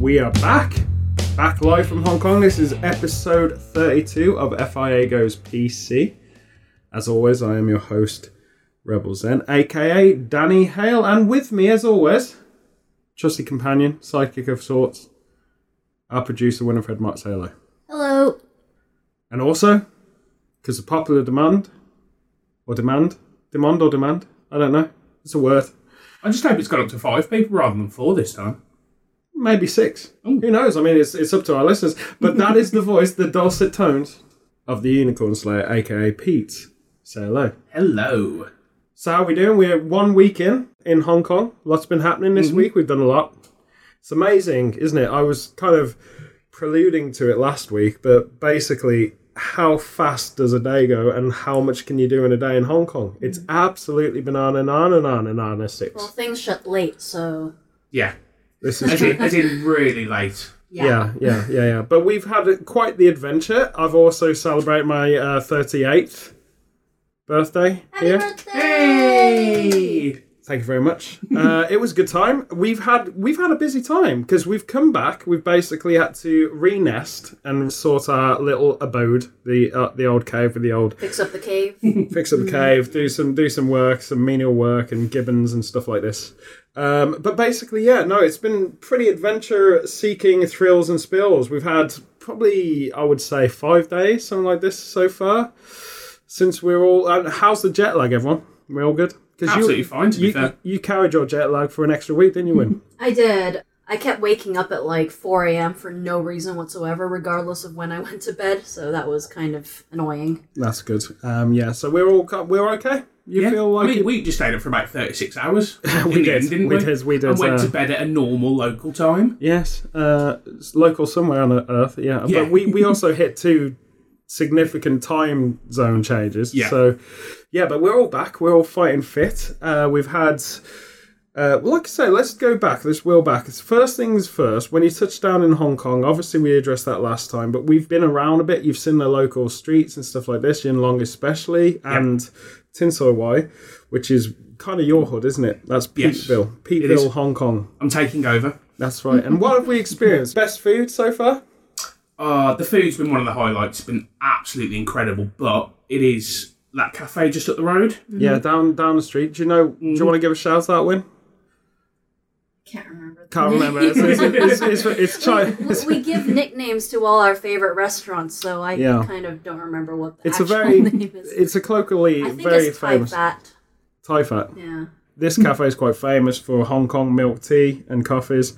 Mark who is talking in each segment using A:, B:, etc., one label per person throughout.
A: we are back, back live from Hong Kong. This is episode 32 of FIA Goes PC. As always, I am your host, Rebel Zen, aka Danny Hale, and with me, as always, trusty companion, sidekick of sorts, our producer Winifred Mott. Say hello.
B: Hello.
A: And also, because of popular demand, or demand, demand or demand, I don't know. It's a word.
C: I just hope it's got up to five people rather than four this time.
A: maybe six. Who knows? I mean, it's, it's up to our listeners. But that is the voice, the dulcet tones of the Unicorn Slayer, aka Pete. Say hello.
C: Hello.
A: So how we doing? We're one week in in Hong Kong. Lots been happening this week. We've done a lot. It's amazing, isn't it? I was kind of preluding to it last week, but basically, how fast does a day go, and how much can you do in a day in Hong Kong? It's absolutely banana, banana, banana, banana
B: Well,
A: six.
B: things shut late, so
C: Yeah,
A: This is
C: as in, as in really late.
B: yeah.
A: Yeah, yeah, yeah, yeah. But we've had quite the adventure. I've also celebrated my uh, 38th birthday
B: Happy
A: here.
B: birthday!
C: Hey!
A: Thank you very much. Uh, it was a good time. We've had we've had a busy time because we've come back. We've basically had to re-nest and sort our little abode, the uh, the old cave with the old
B: Fix up the cave.
A: fix up the cave, do some do some work, some menial work and gibbons and stuff like this. Um, but basically, yeah, no, it's been pretty adventure seeking thrills and spills. We've had probably, I would say, five days, something like this so far. Since we're all, and how's the jet lag, everyone? We're all good. 'Cause
C: Absolutely fine, to be
A: you,
C: fair.
A: you carried your jet lag for an extra week, didn't you, Win?
B: I did. I kept waking up at like 4 a.m. for no reason whatsoever, regardless of when I went to bed, so that was kind of annoying.
A: That's good. Um, yeah, so we're all co- we're okay. You
C: Yeah.
A: feel like
C: I mean,
A: it-
C: we just stayed up for about 36 hours. in
A: We
C: the
A: did.
C: end, didn't
A: We
C: we?
A: did, we did,
C: And went
A: uh,
C: to bed at a normal local time.
A: Yes, uh, it's local somewhere on Earth. Yeah,
C: Yeah.
A: but we we also hit two significant time zone changes.
C: Yeah.
A: So, yeah, but we're all back. We're all fighting fit. Uh, we've had. Uh, well, like I say, let's go back. Let's wheel back. It's First things first. When you touch down in Hong Kong, obviously we addressed that last time, but we've been around a bit. You've seen the local streets and stuff like this, Yin Long especially, and Tin Soi Wai, which is kind of your hood, isn't it? That's
C: Yes.
A: Peakville,
C: It is.
A: Peakville, Hong Kong.
C: I'm taking over.
A: That's right. And what have we experienced? Best food so far?
C: Uh, the food's been one of the highlights. It's been absolutely incredible, but it is that cafe just up the road.
B: Mm-hmm.
A: Yeah, down down the street. Do you know? Do you want to give a shout out, Win?
D: Can't remember.
A: Can't remember. It's, it's, it's, it's, it's Chi-
B: We- we give nicknames to all our favorite restaurants, so I
A: Yeah.
B: kind of don't remember what the
A: It's a
B: actual
A: very.
B: name is.
A: It's a colloquially
B: I think
A: very
B: it's
A: famous
B: Thai fat.
A: Thai fat.
B: Yeah.
A: This cafe is quite famous for Hong Kong milk tea and coffees.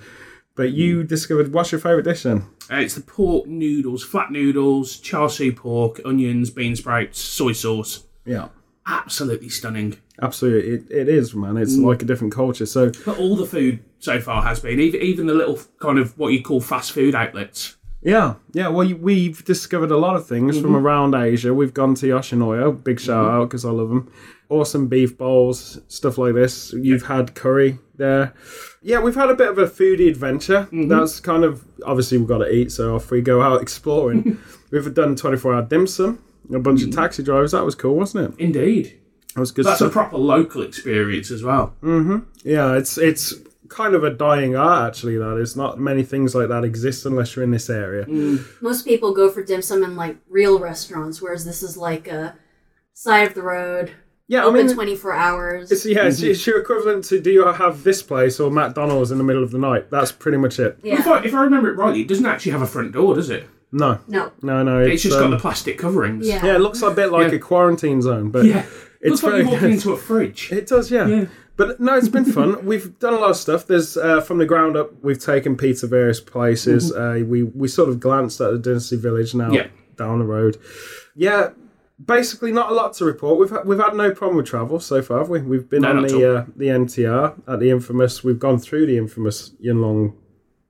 A: But you discovered what's your favourite dish then?
C: Uh, it's the pork noodles, flat noodles, char siu pork, onions, bean sprouts, soy sauce.
A: Yeah,
C: Absolutely stunning.
A: absolutely. It, it is, man. It's like a different culture. So
C: But all the food so far has been, even, even the little kind of what you call fast food outlets.
A: Yeah, yeah. Well, you- we've discovered a lot of things from around Asia. We've gone to Yoshinoya. Big shout out 'cause out because I love them. Awesome beef bowls, stuff like this. You've had curry there. Yeah, we've had a bit of a foodie adventure. That's kind of obviously we've got to eat, so off we go out exploring. we've done twenty four hour dim sum. A bunch of taxi drivers. That was cool, wasn't it?
C: Indeed.
A: That was good
C: That's
A: stuff.
C: a proper local experience as well.
A: Yeah, it's it's kind of a dying art actually. That is not many things like that exist unless you're in this area.
B: most people go for dim sum in like real restaurants, whereas this is like a side of the road,
A: Yeah, I
B: open
A: mean.
B: 24 hours.
A: It's, yeah, it's, it's your equivalent to do you have this place or McDonald's in the middle of the night? That's pretty much it.
C: If,
B: yeah.
C: I, if I remember it rightly, it doesn't actually have a front door, does it?
A: No,
B: No.
A: no, no. It's,
C: It's just
A: um,
C: got the plastic coverings.
B: Yeah.
A: yeah, it looks a bit like
C: Yeah.
A: a quarantine zone, but
C: Yeah.
A: It's
C: It's Looks like
A: very
C: you're walking
A: good.
C: into a fridge.
A: it does, yeah.
C: Yeah.
A: But no, it's been fun. We've done a lot of stuff. There's uh, from the ground up. We've taken Pete to various places. Uh, we we sort of glanced at the Dynasty Village now
C: Mm-hmm. Yeah.
A: down the road. Yeah, basically not a lot to report. We've had, we've had no problem with travel so far, have we? We've been
C: No,
A: on
C: not at
A: the uh, the MTR at the infamous. We've gone through the infamous Yinlong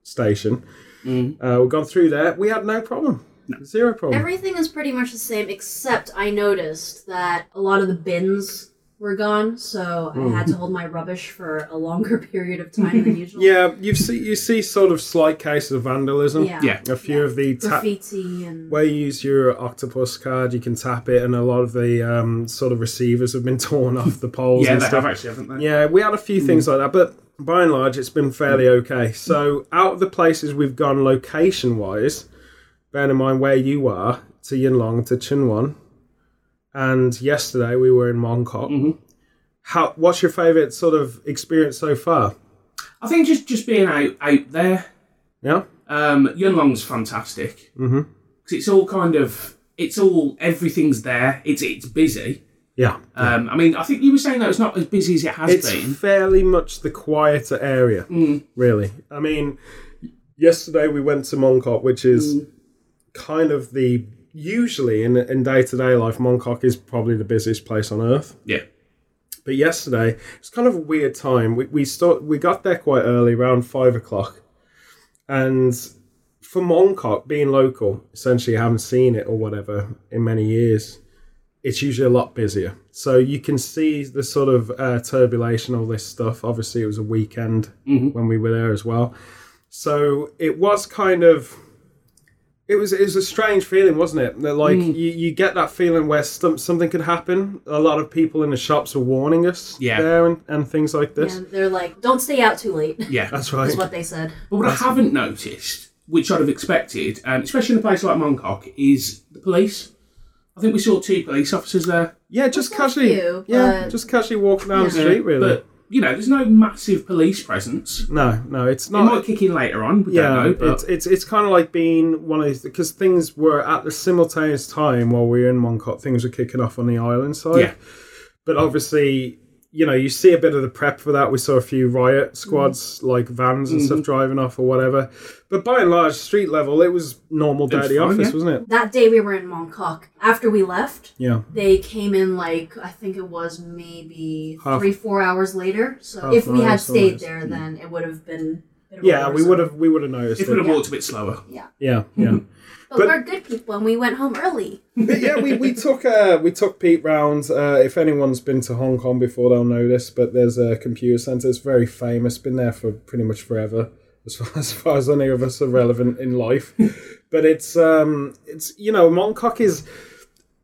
A: station.
C: Mm.
A: Uh, we've gone through there. We had no problem. Zero problem.
B: Everything is pretty much the same, except I noticed that a lot of the bins were gone, so
A: Hmm.
B: I had to hold my rubbish for a longer period of time than usual.
A: yeah, you see you see sort of slight cases of vandalism.
B: Yeah.
C: Yeah.
A: A few
B: Yeah.
A: of the ta-
B: Graffiti and.
A: where you use your octopus card, you can tap it, and a lot of the um, sort of receivers have been torn off the poles
C: Yeah,
A: and
C: they
A: stuff.
C: have actually, haven't they?
A: Yeah, we had a few things like that, but by and large, it's been fairly okay. So, out of the places we've gone location wise, bearing in mind where you are, to Yinlong, to Chinwon, and yesterday we were in Mongkok.
C: Mm-hmm.
A: How, what's your favourite sort of experience so far?
C: I think just just being out out there.
A: Yeah?
C: Um, Yunlong's fantastic because
A: Mhm.
C: it's all kind of it's all everything's there. It's it's busy.
A: Yeah.
C: Um, I mean, I think you were saying that it's not as busy as it has
A: it's
C: been.
A: fairly much the quieter area, really. I mean, yesterday we went to Mongkok, which is kind of the usually in in day to day life, Mongkok is probably the busiest place on earth.
C: Yeah,
A: But yesterday it's kind of a weird time. We we start we got there quite early, around five o'clock, and for Mongkok being local, essentially I haven't seen it or whatever in many years. It's usually a lot busier, so you can see the sort of uh, turbulation, all this stuff. Obviously, it was a weekend when we were there as well, so it was kind of. It was, it was a strange feeling, wasn't it? That like you, you get that feeling where stum- something could happen. A lot of people in the shops are warning us
C: Yeah.
A: there and, and things like this.
B: And they're like, don't stay out too late.
C: yeah.
A: That's right.
B: Is what they said.
C: But what I haven't noticed, which I'd have expected, um, especially in a place like Mongkok, is the police. I think we saw two police officers there.
A: Yeah, just
B: That's not
A: casually.
B: you,
A: yeah,
B: but-
A: just casually walking down the
B: Yeah.
A: street, really.
C: But you know, there's no massive police presence.
A: no, no, it's
C: It might
A: not.
C: kick in later on. We
A: Yeah,
C: don't know. But
A: it's it's it's kind of like being one of these because things were at the simultaneous time while we were in Moncot, things were kicking off on the island side.
C: yeah,
A: But obviously, you know, you see a bit of the prep for that. We saw a few riot squads,
B: Mm-hmm.
A: like vans and stuff driving off or whatever. But by and large, street level, it was normal day
C: was
A: at the
C: fine,
A: office,
C: yeah.
A: wasn't it?
B: That day we were in Mongkok. After we left,
A: Yeah,
B: they came in like I think it was maybe
A: Half-
B: three, four hours later. So
A: Half
B: if we
A: hour,
B: had
A: so
B: stayed
A: it's-
B: there, then it would have been. a bit of a
A: yeah,
B: war
A: we
B: zone.
A: would have we would have noticed.
C: if we'd
A: It.
C: have walked a bit slower.
A: Yeah, yeah.
B: But,
A: But-
B: we're good people, and we went home early.
A: but yeah, we, we took uh, we took Pete round. Uh, if anyone's been to Hong Kong before, they'll know this. But there's a computer center. It's very famous. Been there for pretty much forever, as far as, far as any of us are relevant in life. but it's um, it's you know, Mongkok is.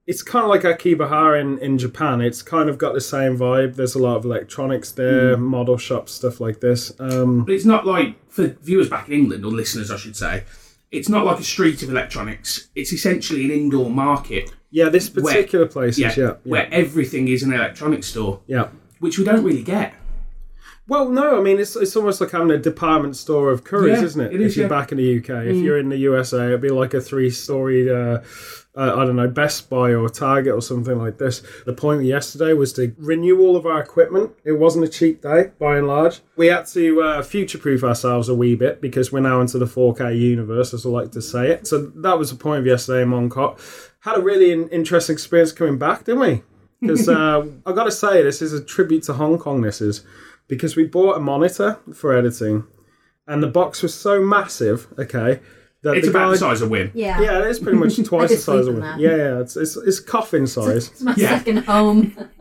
A: It's kind of like Akibahara in, in Japan. It's kind of got the same vibe. There's a lot of electronics there, model shops, stuff like this. Um,
C: But it's not like for viewers back in England or listeners, I should say. It's not like a street of electronics. It's essentially an indoor market.
A: yeah, this particular place
C: Yeah,
A: is yeah, yeah,
C: where everything is an electronics store,
A: yeah.
C: which we don't really get.
A: Well, no, I mean it's it's almost like having a department store of curries,
C: Yeah,
A: isn't it?
C: it is,
A: if you're
C: yeah. Mm.
A: back in the UK, if you're in the USA, it'd be like a three-story, uh, uh, I don't know, Best Buy or Target or something like this. The point yesterday was to renew all of our equipment. It wasn't a cheap day by and large. We had to uh, future-proof ourselves a wee bit because we're now into the 4K universe, as I like to say it. So that was the point of yesterday in Moncot. Had a really in- interesting experience coming back, didn't we? Because uh, I got to say, this is a tribute to Hong Kong. This is because we bought a monitor for editing, and the box was so massive. Okay, that
C: It's
A: the
C: about the
A: guy-
C: size of Win.
B: Yeah,
A: Yeah, it's pretty much twice the
B: could
A: size of
B: sleep in
A: one.
B: that.
A: Yeah, yeah, it's it's, it's coffin size.
B: it's my
C: Yeah.
B: second home.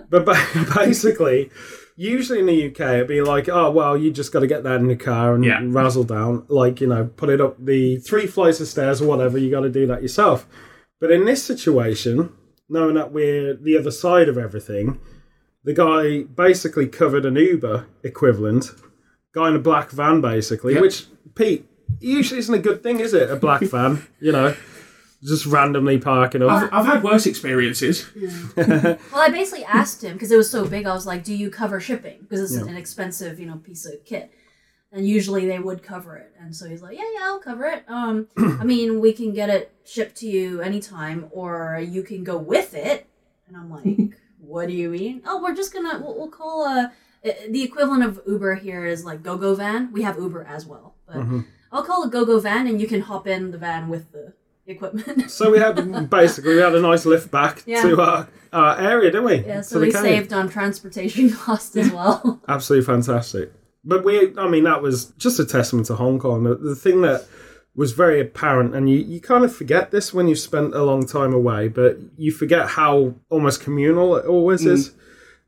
A: but ba- basically, usually in the UK, it'd be like, oh well, you just got to get that in the car and
C: Yeah.
A: razzle down, like you know, put it up the three flights of stairs or whatever. You got to do that yourself. But in this situation, knowing that we're the other side of everything, the guy basically covered an Uber equivalent, guy in a black van, basically,
C: Yeah.
A: which Pete usually isn't a good thing, is it? A black van, you know, just randomly parking up.
C: I've, I've had worse experiences.
B: Well, I basically asked him because it was so big. I was like, "Do you cover shipping? Because it's an expensive, you know, piece of kit." And usually they would cover it. And so he's like, "Yeah, yeah, I'll cover it. Um, I mean, we can get it shipped to you anytime, or you can go with it." And I'm like, "What do you mean? Oh, we're just gonna we'll, we'll call a the equivalent of Uber here is like GoGo van. We have Uber as well, but I'll call a GoGo van, and you can hop in the van with the equipment."
A: So we had basically we had a nice lift back
B: Yeah.
A: to our, our area, didn't we?
B: Yeah,
A: To
B: so
A: the
B: we
A: cave.
B: saved on transportation costs as well.
A: Absolutely fantastic. But we, I mean, that was just a testament to Hong Kong. The, the thing that was very apparent, and you, you kind of forget this when you've spent a long time away, but you forget how almost communal it always is.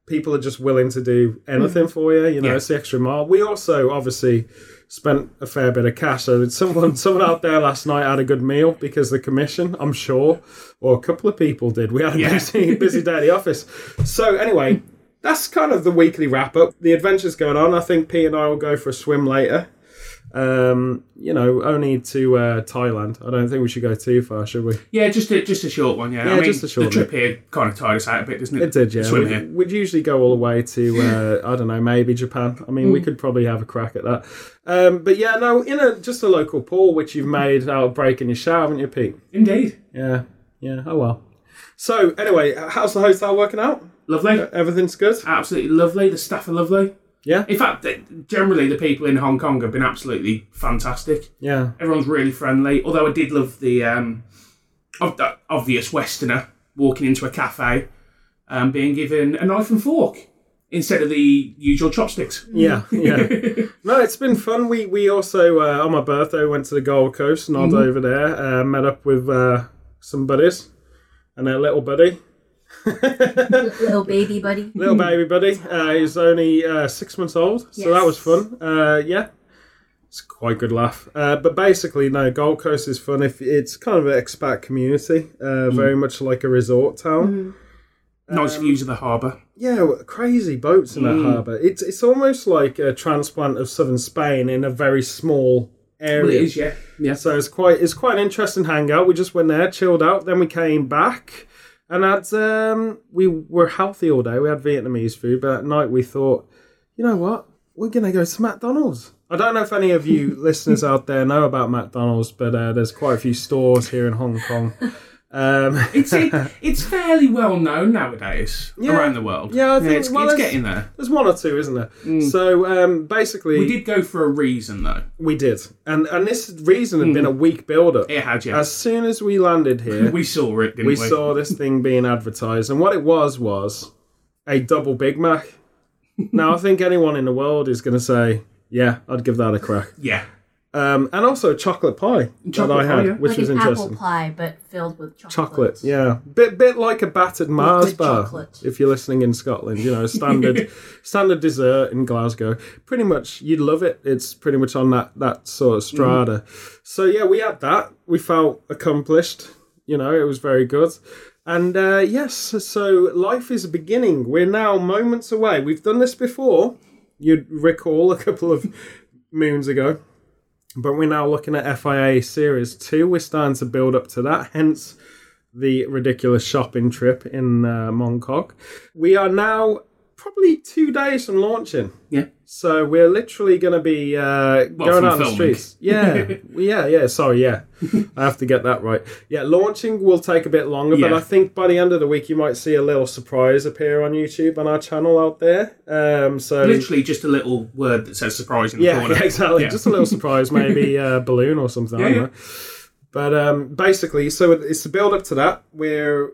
A: People are just willing to do anything for you. You know,
C: Yeah.
A: it's the extra mile. We also obviously spent a fair bit of cash. So did someone, someone out there last night had a good meal because the commission, I'm sure, or a couple of people did. We had a
C: Yeah.
A: busy, busy day at the office. So anyway, that's kind of the weekly wrap up. The adventure's going on. I think Pete and I will go for a swim later. Um, you know, only to uh, Thailand. I don't think we should go too far, should we?
C: Yeah, just a, just a short one. Yeah,
A: Yeah,
C: I mean,
A: just a short
C: The trip here kind of tired us out a bit, doesn't it?
A: It did, yeah.
C: Swim
A: We'd-
C: here.
A: We'd usually go all the way to, uh, I don't know, maybe Japan. I mean, we could probably have a crack at that. Um, but yeah, no, in a just a local pool, which you've made out of breaking your shower, haven't you, Pete?
C: Indeed,
A: Yeah, yeah. Oh well. So anyway, how's the hotel working out?
C: lovely.
A: Everything's good.
C: Absolutely lovely. The staff are lovely.
A: Yeah,
C: In fact, th- generally the people in Hong Kong have been absolutely fantastic.
A: yeah,
C: Everyone's really friendly. Although I did love the um, ob- the obvious Westerner walking into a cafe, um, being given a knife and fork instead of the usual chopsticks.
A: yeah, yeah. no, it's been fun. We we also uh, on my birthday we went to the Gold Coast, not over there. Uh, met up with uh, some buddies and a little buddy.
B: Little baby buddy.
A: little baby buddy. Uh, he was only uh, six months old, so that was
B: Yes.
A: fun. Uh, yeah, it's quite a good laugh. Uh, but basically, no, Gold Coast is fun. If it's kind of an expat community,
C: Hmm.
A: uh, very much like a resort town.
C: Nice
A: Um,
C: views of the harbour.
A: Yeah, well, crazy boats in that
C: Hmm.
A: harbour. It's it's almost like a transplant of southern Spain in a very small area.
C: Well, it is, yeah. Yeah.
A: So it's quite it's quite an interesting hangout. We just went there, chilled out, then we came back, and had um, we were healthy all day. We had Vietnamese food, but at night we thought, you know what, we're gonna go to McDonald's. I don't know if any of you listeners out there know about McDonald's, but uh, there's quite a few stores here in Hong Kong. Um,
C: It's, it, it's fairly well known nowadays
A: Yeah.
C: around the world.
A: Yeah, I think-
C: it's,
A: well,
C: it's
A: it's-
C: getting there.
A: there's one or two, isn't there? So um, basically,
C: Mm. We did go for a reason, though.
A: we did, and and this reason had been
C: Mm.
A: a weak build up.
C: It had, yeah.
A: As soon as we landed here,
C: we saw it, didn't we?
A: we saw this thing being advertised, and what it was was a double Big Mac. now, I think anyone in the world is going to say, "Yeah, I'd give that a crack."
C: Yeah.
A: Um, and also chocolate pie
C: Chocolate
A: that I had,
C: pie, yeah.
A: which
B: like
A: was
B: an
A: interesting.
B: apple pie, but filled with chocolate.
A: Chocolate, yeah, bit bit like a battered Mars
B: Melted
A: bar.
B: chocolate.
A: If you're listening in Scotland, you know standard standard dessert in Glasgow. Pretty much, you'd love it. It's pretty much on that that sort of strata. So yeah, we had that. We felt accomplished. You know, it was very good. And uh, yes, so life is beginning. We're now moments away. We've done this before. You'd recall a couple of moons ago. But we're now looking at FIA Series 2. We're starting to build up to that, hence the ridiculous shopping trip in uh, Mongkok. We are now probably two days from launching.
C: Yeah.
A: So we're literally going to be uh, going
C: from
A: out on the
C: filming.
A: streets. Yeah. yeah, yeah. Sorry, yeah. I have to get that right. Yeah, launching will take a bit longer, but
C: Yeah.
A: I think by the end of the week, you might see a little surprise appear on YouTube on our channel out there. Um, so
C: Literally just a little word that says surprise in the
A: yeah,
C: corner.
A: yeah, exactly.
C: Yeah.
A: Just a little surprise, maybe uh, balloon or something. I
C: Yeah,
A: don't
C: yeah.
A: know. But um, basically, so it's the build up to that. We're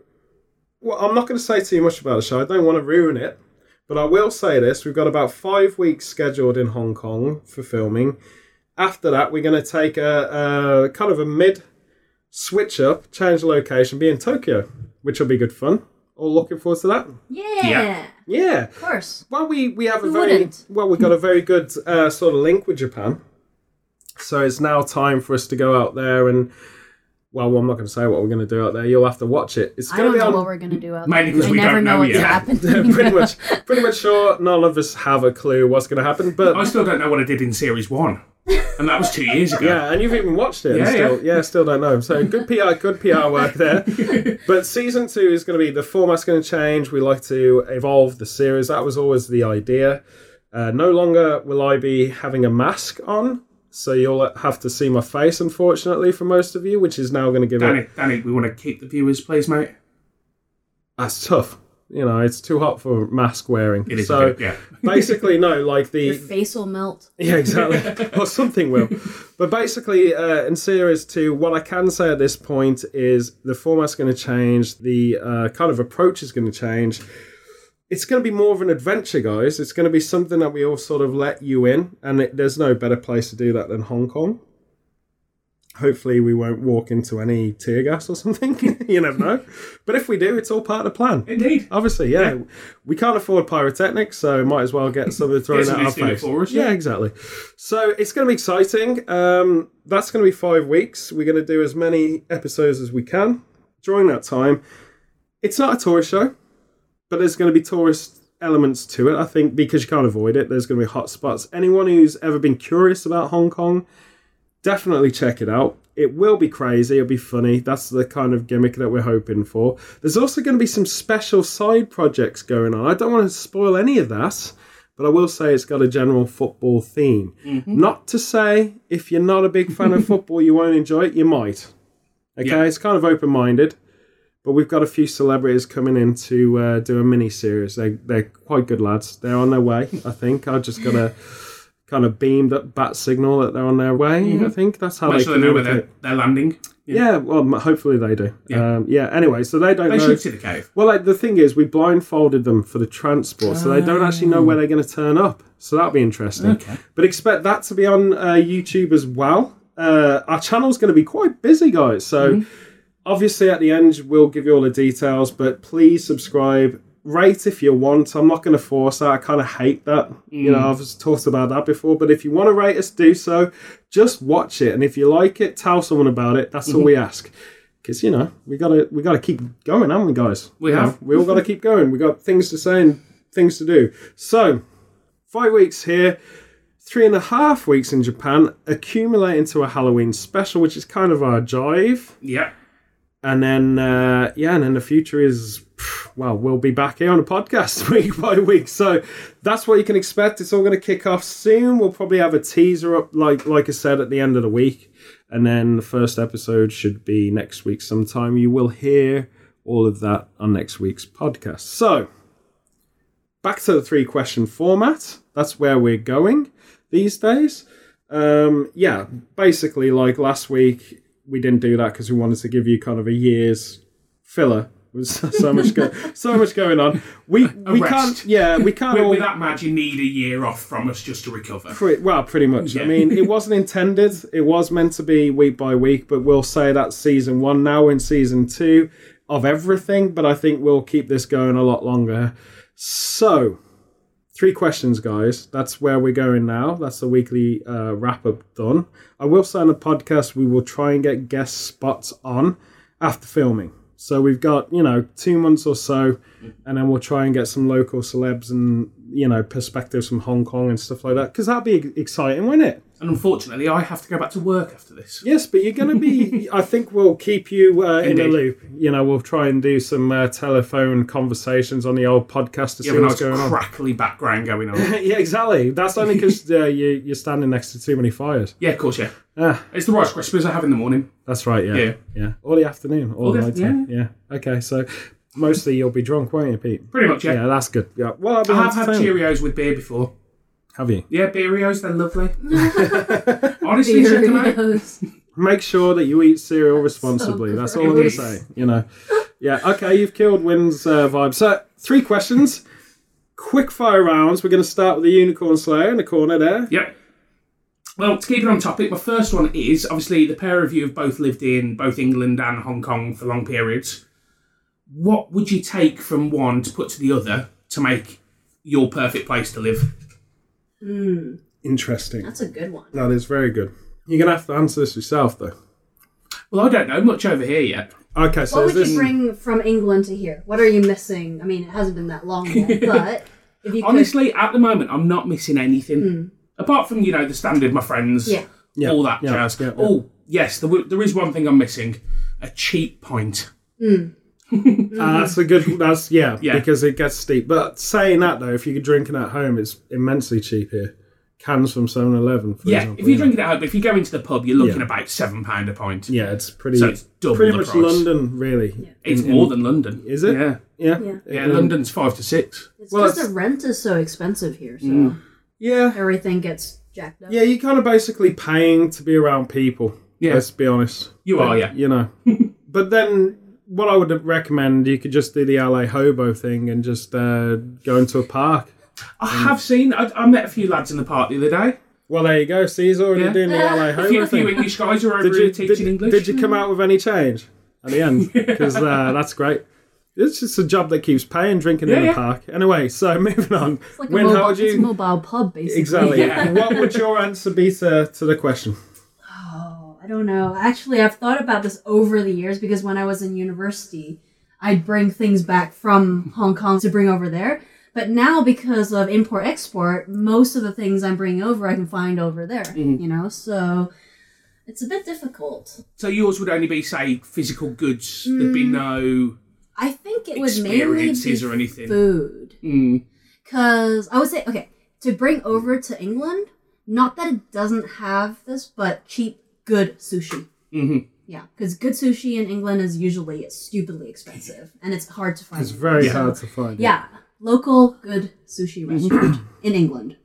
A: well, I'm not going to say too much about the show. I don't want to ruin it, but I will say this: we've got about five weeks scheduled in Hong Kong for filming. After that, we're going to take a, a kind of a mid switch up, change the location, be in Tokyo, which will be good fun. All looking forward to that.
B: Yeah,
C: Yeah.
A: Yeah.
B: of course.
A: Well, we we have a
B: Who
A: very
B: wouldn't?
A: well. We've got a very good uh, sort of link with Japan, so it's now time for us to go out there and. Well, I'm not going to say what we're going to do out there. You'll have to watch it. It's
B: I
A: going to
B: don't
A: be
B: know
A: on.
B: what we're gonna do out there.
C: Mainly 'cause
B: I
C: we
B: never
C: don't know
B: what's
C: yet.
B: happening.
A: pretty much, pretty much sure none of us have a clue what's going to happen. But
C: I still don't know what I did in series one, and that was two years ago.
A: Yeah, and you've even watched it. and
C: Yeah,
A: still, yeah. still don't know. So good PR, good PR work there. but season two is going to be the format's going to change. We like to evolve the series. That was always the idea. Uh, no longer will I be having a mask on, so you'll have to see my face, unfortunately, for most of you, which is now going to give it.
C: Danny, Danny, we want to keep the viewers, please, mate.
A: That's tough. You know, it's too hot for mask wearing.
C: It is
A: so
C: a bit, yeah.
A: basically, no, like the
B: Your face will melt.
A: Yeah, exactly. or something will. But basically, uh, in series two, what I can say at this point is the format's going to change, the uh, kind of approach is going to change. It's going to be more of an adventure, guys. It's going to be something that we all sort of let you in, and it, there's no better place to do that than Hong Kong. Hopefully, we won't walk into any tear gas or something. you never know. But if we do, it's all part of the plan.
C: Indeed.
A: Obviously, yeah. We can't afford pyrotechnics, so might as well get something thrown at
C: somebody
A: our
C: to do it
A: face.
C: for us,
A: yeah.
C: yeah.
A: exactly. So it's going to be exciting. Um, that's going to be five weeks. We're going to do as many episodes as we can during that time. It's not a tourist show, but there's going to be tourist elements to it, I think, because you can't avoid it. There's going to be hot spots. Anyone who's ever been curious about Hong Kong, definitely check it out. It will be crazy, it'll be funny. That's the kind of gimmick that we're hoping for. There's also going to be some special side projects going on. I don't want to spoil any of that, but I will say it's got a general football theme.
C: Mm-hmm.
A: Not to say if you're not a big fan of football, you won't enjoy it, you might. Okay,
C: Yeah.
A: it's kind of open minded. But we've got a few celebrities coming in to uh, do a mini series. They, they're quite good lads. They're on their way, I think. I just got a kind of beamed up bat signal that they're on their way. I think that's how
C: Mm-hmm. Make
A: they
C: sure they know where
A: communicate.
C: they're, they're landing.
A: Yeah. well, m- hopefully they do.
C: Yeah.
A: Yeah. Um, yeah. Anyway, so they don't
C: They
A: know.
C: should see the cave.
A: Well, like, the thing is, we blindfolded them for the transport, so they don't actually know where they're going to turn up. So that'll be interesting.
C: Okay.
A: But expect that to be on uh, YouTube as well. Uh, our channel's going to be quite busy, guys.
C: Mm-hmm.
A: So obviously, at the end, we'll give you all the details, but please subscribe. Rate if you want. I'm not going to force that. I kind of hate that. You know,
C: Mm.
A: I've talked about that before. But if you want to rate us, do so. Just watch it, and if you like it, tell someone about it. That's all
C: Mm-hmm.
A: we ask because you know we gotta we gotta keep going, haven't we, guys?
C: We
A: You know,
C: have.
A: we all gotta keep going. We got things to say and things to do. So five weeks here, three and a half weeks in Japan, accumulate into a Halloween special, which is kind of our jive.
C: Yeah.
A: And then uh, yeah, and then the future is pff, well, we'll be back here on a podcast week by week. So that's what you can expect. It's all going to kick off soon. We'll probably have a teaser up, like like I said, at the end of the week, and then the first episode should be next week sometime. You will hear all of that on next week's podcast. So back to the three question format. That's where we're going these days. Um, yeah, basically, like last week, we didn't do that because we wanted to give you kind of a year's filler. There's so- so much go- so much going on. We we
C: rest.
A: can't. Yeah, we can't.
C: With,
A: all-
C: with that mad, you need a year off from us just to recover.
A: Pretty, well, pretty much.
C: Yeah.
A: I mean, it wasn't intended. It was meant to be week by week, but we'll say that's season one. Now in season two of everything, but I think we'll keep this going a lot longer. So, three questions, guys. That's where we're going now. That's the weekly uh, wrap up done. I will say on the podcast, we will try and get guest spots on after filming. So we've got, you know, two months or so, and then we'll try and get some local celebs and, you know, perspectives from Hong Kong and stuff like that. Because that'd be exciting, wouldn't it?
C: And unfortunately, I have to go back to work after this.
A: Yes, but you're going to be. I think we'll keep you uh, in a
C: Indeed.
A: loop. You know, we'll try and do some uh, telephone conversations on the old podcast to see
C: Yeah, with a
A: what's
C: nice
A: going on.
C: crackly background going on.
A: Yeah, exactly. That's only because uh, you, you're standing next to too many fires.
C: yeah, of course, yeah.
A: Ah,
C: It's the Rice Krispies I have in the morning.
A: that's right. Yeah,
C: Yeah.
A: yeah, Or the afternoon, or,
C: the
A: the
C: aft-
A: nighttime. Yeah. Okay, so mostly you'll be drunk, won't you, Pete?
C: Pretty much, yeah.
A: Yeah, that's good. Yeah. Well, I've, been
C: I have had
A: entertained.
C: Cheerios with beer before.
A: Have you?
C: Yeah, Beerios, they're lovely. Honestly, check them out.
A: Make sure that you eat cereal responsibly.
B: so
A: that's all I'm gonna
B: gross.
A: say. You know. Yeah. Okay, you've killed Wynn's uh, vibe. So three questions. Quick fire rounds. We're gonna start with the unicorn slayer in the corner there.
C: Yep. Well, to keep it on topic, my first one is obviously the pair of you have both lived in both England and Hong Kong for long periods. What would you take from one to put to the other to make your perfect place to live?
A: Interesting.
B: That's a good one.
A: That is very good. You're gonna have to answer this yourself though.
C: Well, I don't know much over here yet.
A: Okay, so
B: What
A: is
B: would
A: this
B: you bring from England to here? What are you missing? I mean, it hasn't been that long yet, but if you could,
C: Honestly, at the moment, I'm not missing anything apart from you know the standard, my friends,
B: Yeah.
A: Yeah,
C: all that
A: yeah,
C: jazz.
A: yeah, yeah.
C: Oh, yes, there, w- there is one thing I'm missing: a cheap pint.
A: Uh, that's a good. That's yeah,
C: Yeah.
A: because it gets steep. But saying that though, if you're drinking at home, it's immensely cheap here. Cans from 7-Eleven, for
C: Yeah,
A: example.
C: if you
A: yeah.
C: drink it at home, but if you go into the pub, you're looking
A: Yeah.
C: about seven pound a pint.
A: yeah, it's pretty.
C: So it's double
A: pretty
C: the
A: much
C: price.
A: London, really.
C: It's
A: In- in-
C: more than London.
A: Is it?
C: Yeah.
A: Yeah,
B: Yeah.
C: Yeah,
A: Um,
C: London's five to six.
B: it's
A: well,
B: just
A: it's-
B: the rent is so expensive here, so
A: Yeah,
B: everything gets jacked up.
A: yeah. You're kind of basically paying to be around people.
C: Yeah.
A: let's be honest.
C: You
A: But,
C: are, yeah.
A: You know, but then. What I would recommend, you could just do the LA hobo thing and just uh, go into a park.
C: I have seen. I, I met a few lads in the park the other day.
A: Well, there you go. See, he's already
C: Yeah.
A: doing the LA hobo
C: A few, a
A: thing.
C: few English guys who are over
A: did
C: here
A: you,
C: teaching
A: did,
C: English. hmm.
A: did you come out with any change at the end? Because uh, that's great. It's just a job that keeps paying, drinking in
C: Yeah,
A: the
C: yeah.
A: park. Anyway, so moving on.
B: It's like
A: when
B: a mobile,
A: how would
B: it's a
A: you
B: mobile pub, basically.
A: exactly?
C: Yeah.
A: What would your answer be to, to the question?
B: Oh, I don't know. Actually, I've thought about this over the years because when I was in university, I'd bring things back from Hong Kong to bring over there. But now, because of import export, most of the things I'm bringing over, I can find over there.
C: Mhm.
B: You know, so it's a bit difficult.
C: So yours would only be, say, physical goods. There'd be no.
B: I think it would mainly be
C: Experiences or anything.
B: food,
C: Mm,
B: because I would say okay to bring over to England. Not that it doesn't have this, but cheap, good sushi.
C: hmm
B: Yeah, because good sushi in England is usually stupidly expensive, and it's hard to find.
A: It's very
C: Yeah.
A: hard to find.
B: Yeah, local good sushi restaurant in England.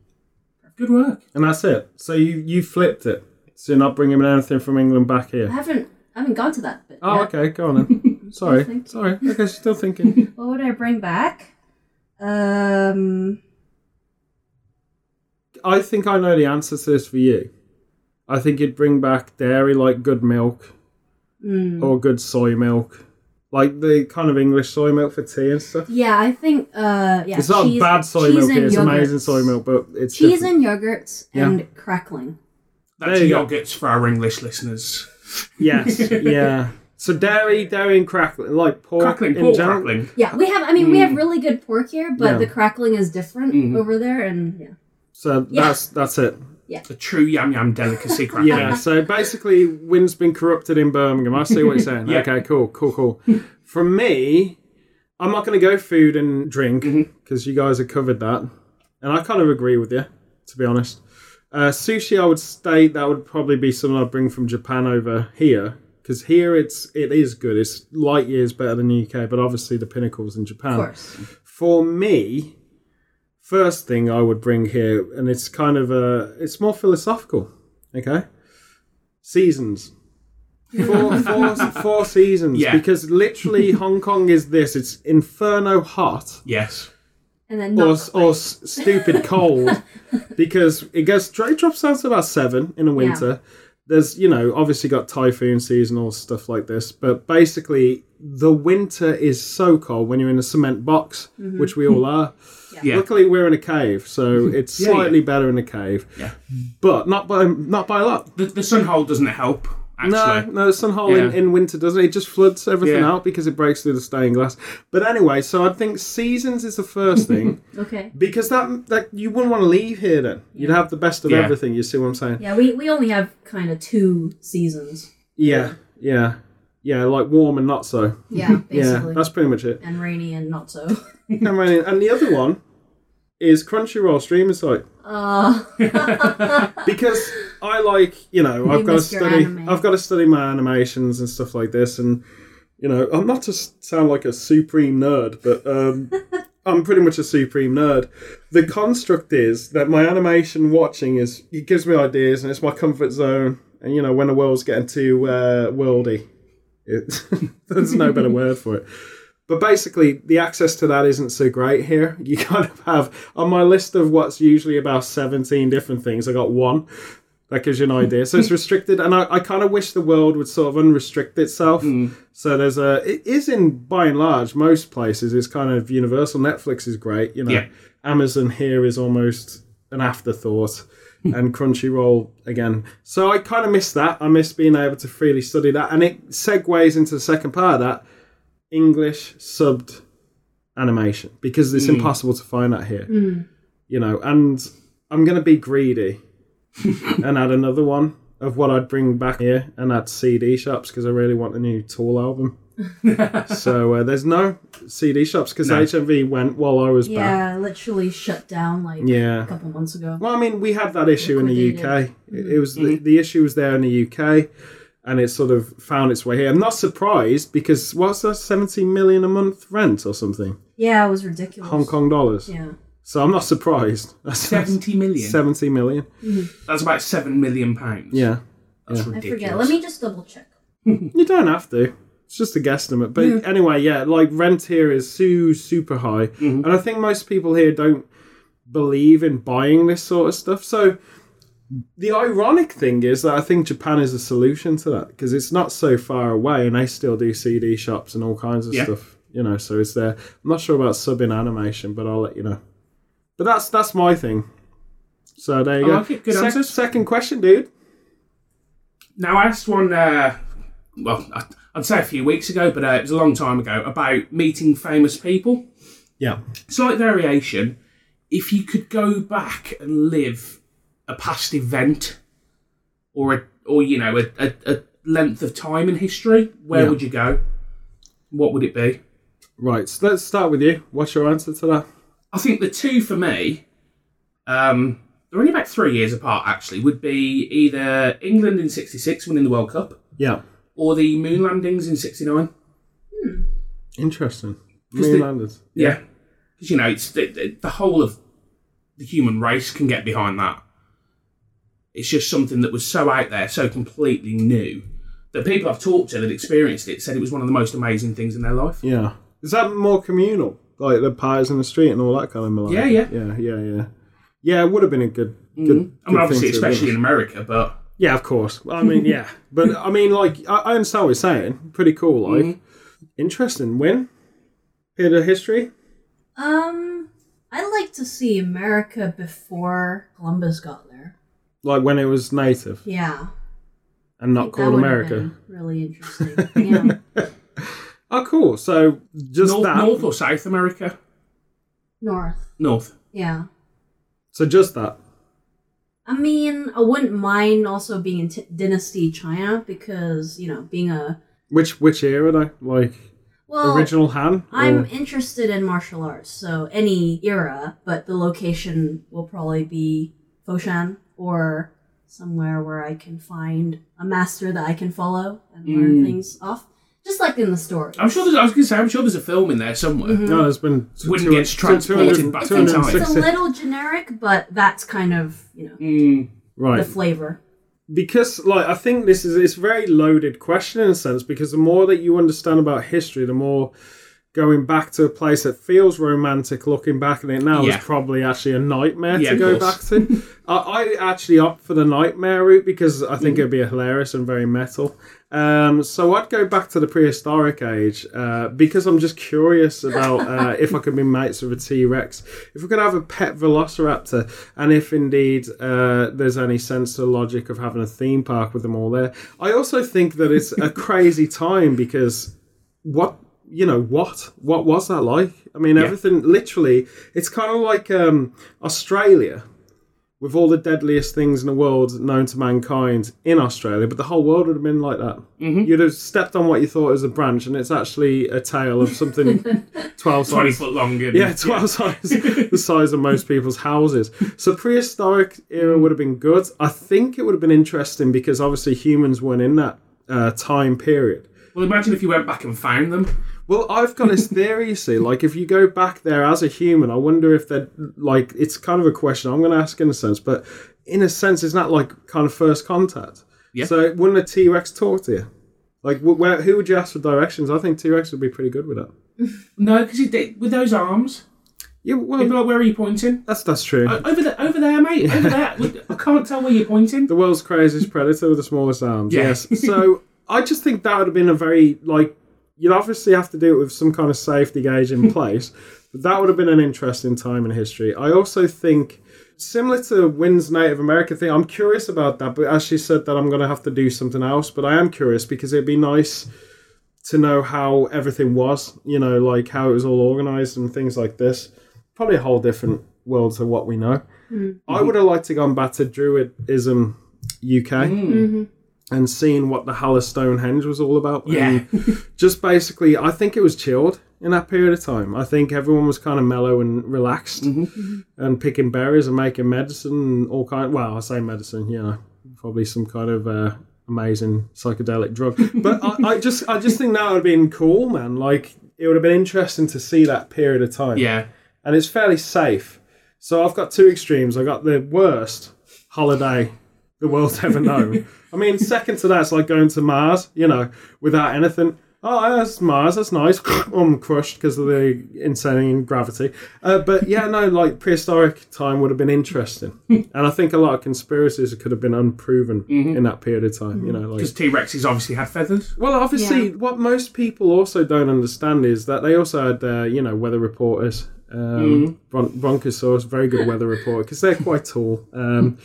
C: Good work.
A: And that's it. So you, you flipped it. So you're not bringing anything from England back
B: I
A: here.
B: haven't I haven't gone to that bit.
A: Oh,
B: yet.
A: okay. Go on then. Sorry.
B: Still thinking.
A: Sorry. Okay, she's still thinking.
B: What would I bring back? Um,
A: I think I know the answer to this for you. I think you'd bring back dairy like good milk
B: mm.
A: or good soy milk. Like the kind of English soy milk for tea and stuff.
B: yeah, I think uh, yeah,
A: it's not
B: cheese-
A: bad soy
B: cheese
A: milk
B: and
A: here, it's amazing
B: yogurts.
A: soy milk, but it's
B: Cheese
A: different.
B: and yogurts and crackling.
C: That's
A: There you go.
C: yogurts for our English listeners.
A: Yes, yeah. So dairy, dairy and crackling, like pork
C: Crackling,
A: in
C: pork
A: general.
C: crackling.
B: Yeah, we have. I mean, we have really good pork here, but
A: Hmm. Yeah. Hmm.
B: the crackling is different
C: Mhm.
B: over there, and yeah,
A: So
B: Yeah.
A: that's that's it.
C: The true yum yum delicacy crackling.
A: Yeah. So basically, Wynn's been corrupted in Birmingham. I see what you're saying.
C: Yeah.
A: Okay. Cool. Cool. Cool. For me, I'm not going to go food and drink
B: Mm-hmm.
A: because you guys have covered that, and I kind of agree with you, to be honest. Uh, sushi, I would state that would probably be something I'd bring from Japan over here because here it's it is good. It's light years better than the UK, but obviously the pinnacles in Japan
B: of course.
A: for me first thing i would bring here and it's kind of a it's more philosophical okay seasons four, four, four seasons
C: Yeah.
A: because literally hong kong is this it's inferno hot
C: Yes.
B: And then
A: or,
B: not
A: or s- stupid cold because it goes straight drops down to about seven in the winter there's you know obviously got typhoon seasonal stuff like this but basically the winter is so cold when you're in a cement box which we all are
C: Mm-hmm. Yeah.
A: Luckily, we're in a cave, so it's
C: Yeah, yeah.
A: slightly better in a cave.
C: Yeah.
A: But not by not by a lot.
C: The, the sun hole doesn't help,
A: No,
C: actually.
A: no, the sun hole in,
C: Yeah.
A: in winter doesn't. It It just floods everything
C: Yeah.
A: out because it breaks through the stained glass. But anyway, so I think seasons is the first thing
B: okay.
A: because that that you wouldn't want to leave here. Then you'd have the best of
C: Yeah.
A: everything. You see what I'm saying?
B: Yeah, we, we only have kind of two seasons.
A: Yeah, yeah, yeah. Like warm and not so.
B: Yeah,
A: Yeah,
B: basically.
A: that's pretty much it.
B: and rainy and not so.
A: and rainy. And the other one is Crunchyroll streaming site.
B: Uh,
A: Oh. because I like you know I've got to
B: miss your
A: study
B: anime.
A: I've got to study my animations and stuff like this and you know I'm not to s- sound like a supreme nerd but um, I'm pretty much a supreme nerd. The construct is that my animation watching is it gives me ideas and it's my comfort zone and you know when the world's getting too uh, worldy, it, there's no better word for it. But basically, the access to that isn't so great here. You kind of have on my list of what's usually about 17 different things, I got one. That gives you an idea. So it's restricted, and I, I kind of wish the world would sort of unrestrict itself. So there's a. It is in by and large most places. It's kind of universal. Netflix is great, you know.
C: Yeah.
A: Amazon here is almost an afterthought, and Crunchyroll again. So I kind of miss that. I miss being able to freely study that, and it segues into the second part of that English subbed animation because it's impossible to find that here. You know, and I'm gonna be greedy and add another one of what I'd bring back here and add CD shops because I really want the new Tool album. so uh, there's no CD shops because
C: No.
A: HMV went while I was back.
B: yeah, literally shut down like a
A: Yeah.
B: couple months ago.
A: Well, I mean, we had that issue in the UK.
B: Liquidated.
A: It, it was the, the issue was there in the UK, and it sort of found its way here. I'm not surprised because what's that, 70 million a month rent or something?
B: Yeah, it was ridiculous.
A: Hong Kong dollars.
B: Yeah.
A: So I'm not surprised. That's
C: 70 million.
A: 70 million.
C: That's about 7 million pounds.
A: Yeah.
C: That's
B: I
C: ridiculous.
B: forget. Let me just double check.
A: You don't have to. It's just a guesstimate. But anyway, yeah, like rent here is so super high.
C: Mm-hmm.
A: And I think most people here don't believe in buying this sort of stuff. So the ironic thing is that I think Japan is a solution to that because it's not so far away and they still do CD shops and all kinds of
C: Yeah.
A: stuff. You know, so it's there. I'm not sure about subbing animation, but I'll let you know. But that's that's my thing. So there you
C: I
A: go.
C: like it. Good answers.
A: Second question, dude.
C: Now, I asked one, uh, well, I- I'd say a few weeks ago, but uh, it was a long time ago, about meeting famous people.
E: Yeah.
C: slight variation. If you could go back and live a past event, or a, or you know a, a, a length of time in history, where
E: Yeah.
C: would you go? What would it be?
A: Right, so let's start with you. What's your answer to that?
C: I think the two for me, um, they're only about three years apart. Actually, would be either England in '66 winning the World Cup,
E: Yeah.
C: or the moon landings in '69.
A: Interesting.
C: the-
A: Moon landers.
C: Yeah, because you know it's the, the, the whole of the human race can get behind that. It's just something that was so out there, so completely new. The people I've talked to that experienced it said it was one of the most amazing things in their life.
A: Yeah. Is that more communal? Like the pies in the street and all that kind of malarkey?
C: Yeah, yeah.
A: Yeah, yeah, yeah. Yeah, it would have been a good, good, good
C: I mean, obviously,
A: thing to have
C: especially in
A: done.
C: America, but
A: Yeah, of course. I mean, yeah. But I mean, like, I, I understand what you're saying. Pretty cool, like.
C: Mm-hmm.
A: Interesting. Win? Bit of history?
B: Um, I'd like to see America before Columbus got there.
A: Like when it was native
B: Yeah,
A: and
B: I
A: not
B: think
A: called
B: that would've
A: America.
B: been Really interesting. Yeah.
A: Oh, cool. So just
C: North,
A: that.
C: North or South America?
B: North.
C: North.
B: Yeah.
A: So just that.
B: I mean, I wouldn't mind also being in t- Dynasty China because you know being a
A: Which which era though? Like
B: well.
A: original Han?
B: I'm
A: Or-
B: interested in martial arts, so any era, but the location will probably be Foshan or somewhere where I can find a master that I can follow and
A: Hmm.
B: learn things off, just like in the story.
C: I'm sure. There's, I was going to say, I'm sure there's a film in there somewhere.
A: no, there's been t-
C: Wouldn't
A: two-
C: get transported back
B: it's,
C: in time.
B: a, it's a
A: 260
B: little generic, but that's kind of you know
A: Hmm.
C: Mm,
B: the
A: Right,
B: flavor.
A: because like I think this is it's a very loaded question in a sense because the more that you understand about history, the more going back to a place that feels romantic looking back at it now
C: Yeah.
A: is probably actually a nightmare
C: Yeah,
A: to
C: of
A: go back
C: course.
A: to. I, I actually opt for the nightmare route because I
C: Mm.
A: think it'd be hilarious and very metal. Um, so I'd go back to the prehistoric age uh, because I'm just curious about uh, if I could be mates with a T Rex, if we could have a pet Velociraptor, and if indeed uh, there's any sense to the logic of having a theme park with them all there. I also think that it's a crazy time because what you know what what was that like i mean everything literally it's kind of like um australia with all the deadliest things in the world known to mankind in australia but the whole world would have been like that
C: Mm-hmm.
A: you'd have stepped on what you thought was a branch and it's actually a tale of something 12
C: Twenty
A: size
C: foot long. And,
A: yeah 12 size the size of most people's houses so prehistoric era would have been good i think it would have been interesting because obviously humans weren't in that uh, time period
C: Well, imagine if you went back and found them.
A: well, I've got this theory, you see. Like, if you go back there as a human, I wonder if they're like, it's kind of a question I'm going to ask in a sense, but in a sense, isn't that like kind of first contact?
C: Yeah.
A: So, wouldn't a T Rex talk to you? Like, wh- where, who would you ask for directions? I think T Rex would be pretty good with that.
C: No, because with those arms,
A: Yeah,
C: people
A: well,
C: are like, where are you pointing?
A: that's, that's true.
C: O- Uh, Over there, over there, mate. Over there. We- I can't tell where you're pointing.
A: the world's craziest predator with the smallest arms.
C: Yeah.
A: Yes. So I just think that would have been a very like you'd obviously have to do it with some kind of safety gauge in place, but that would have been an interesting time in history. I also think similar to Wynn's Native America thing, I'm curious about that, but as she said that I'm gonna have to do something else, but I am curious because it'd be nice to know how everything was, you know, like how it was all organized and things like this. Probably a whole different world to what we know. I would have liked to gone back to Druidism UK
C: Mm.
A: and seen what the Haller Stonehenge was all about.
C: Yeah.
A: And just basically, I think it was chilled in that period of time. I think everyone was kind of mellow and relaxed
C: Mm-hmm.
A: and picking berries and making medicine and all kind. Well, I say medicine, you know, probably some kind of uh, amazing psychedelic drug. But I, I just, I just think that would have been cool, man. Like it would have been interesting to see that period of time
C: Yeah.
A: and it's fairly safe. So I've got two extremes. I got the worst holiday the world's ever known. I mean, second to that's like going to Mars, you know, without anything. Oh, that's Mars. That's nice. I'm crushed because of the insane gravity. Uh, but yeah, no, like prehistoric time would have been interesting, and I think a lot of conspiracies could have been unproven in that period of time. You know, like
C: Because T Rexes obviously had feathers.
A: well, obviously,
B: Yeah.
A: what most people also don't understand is that they also had, uh, you know, weather reporters.
C: Mm.
A: Um, Bron- Bronchosaurus, very good weather reporter because they're quite tall. Um,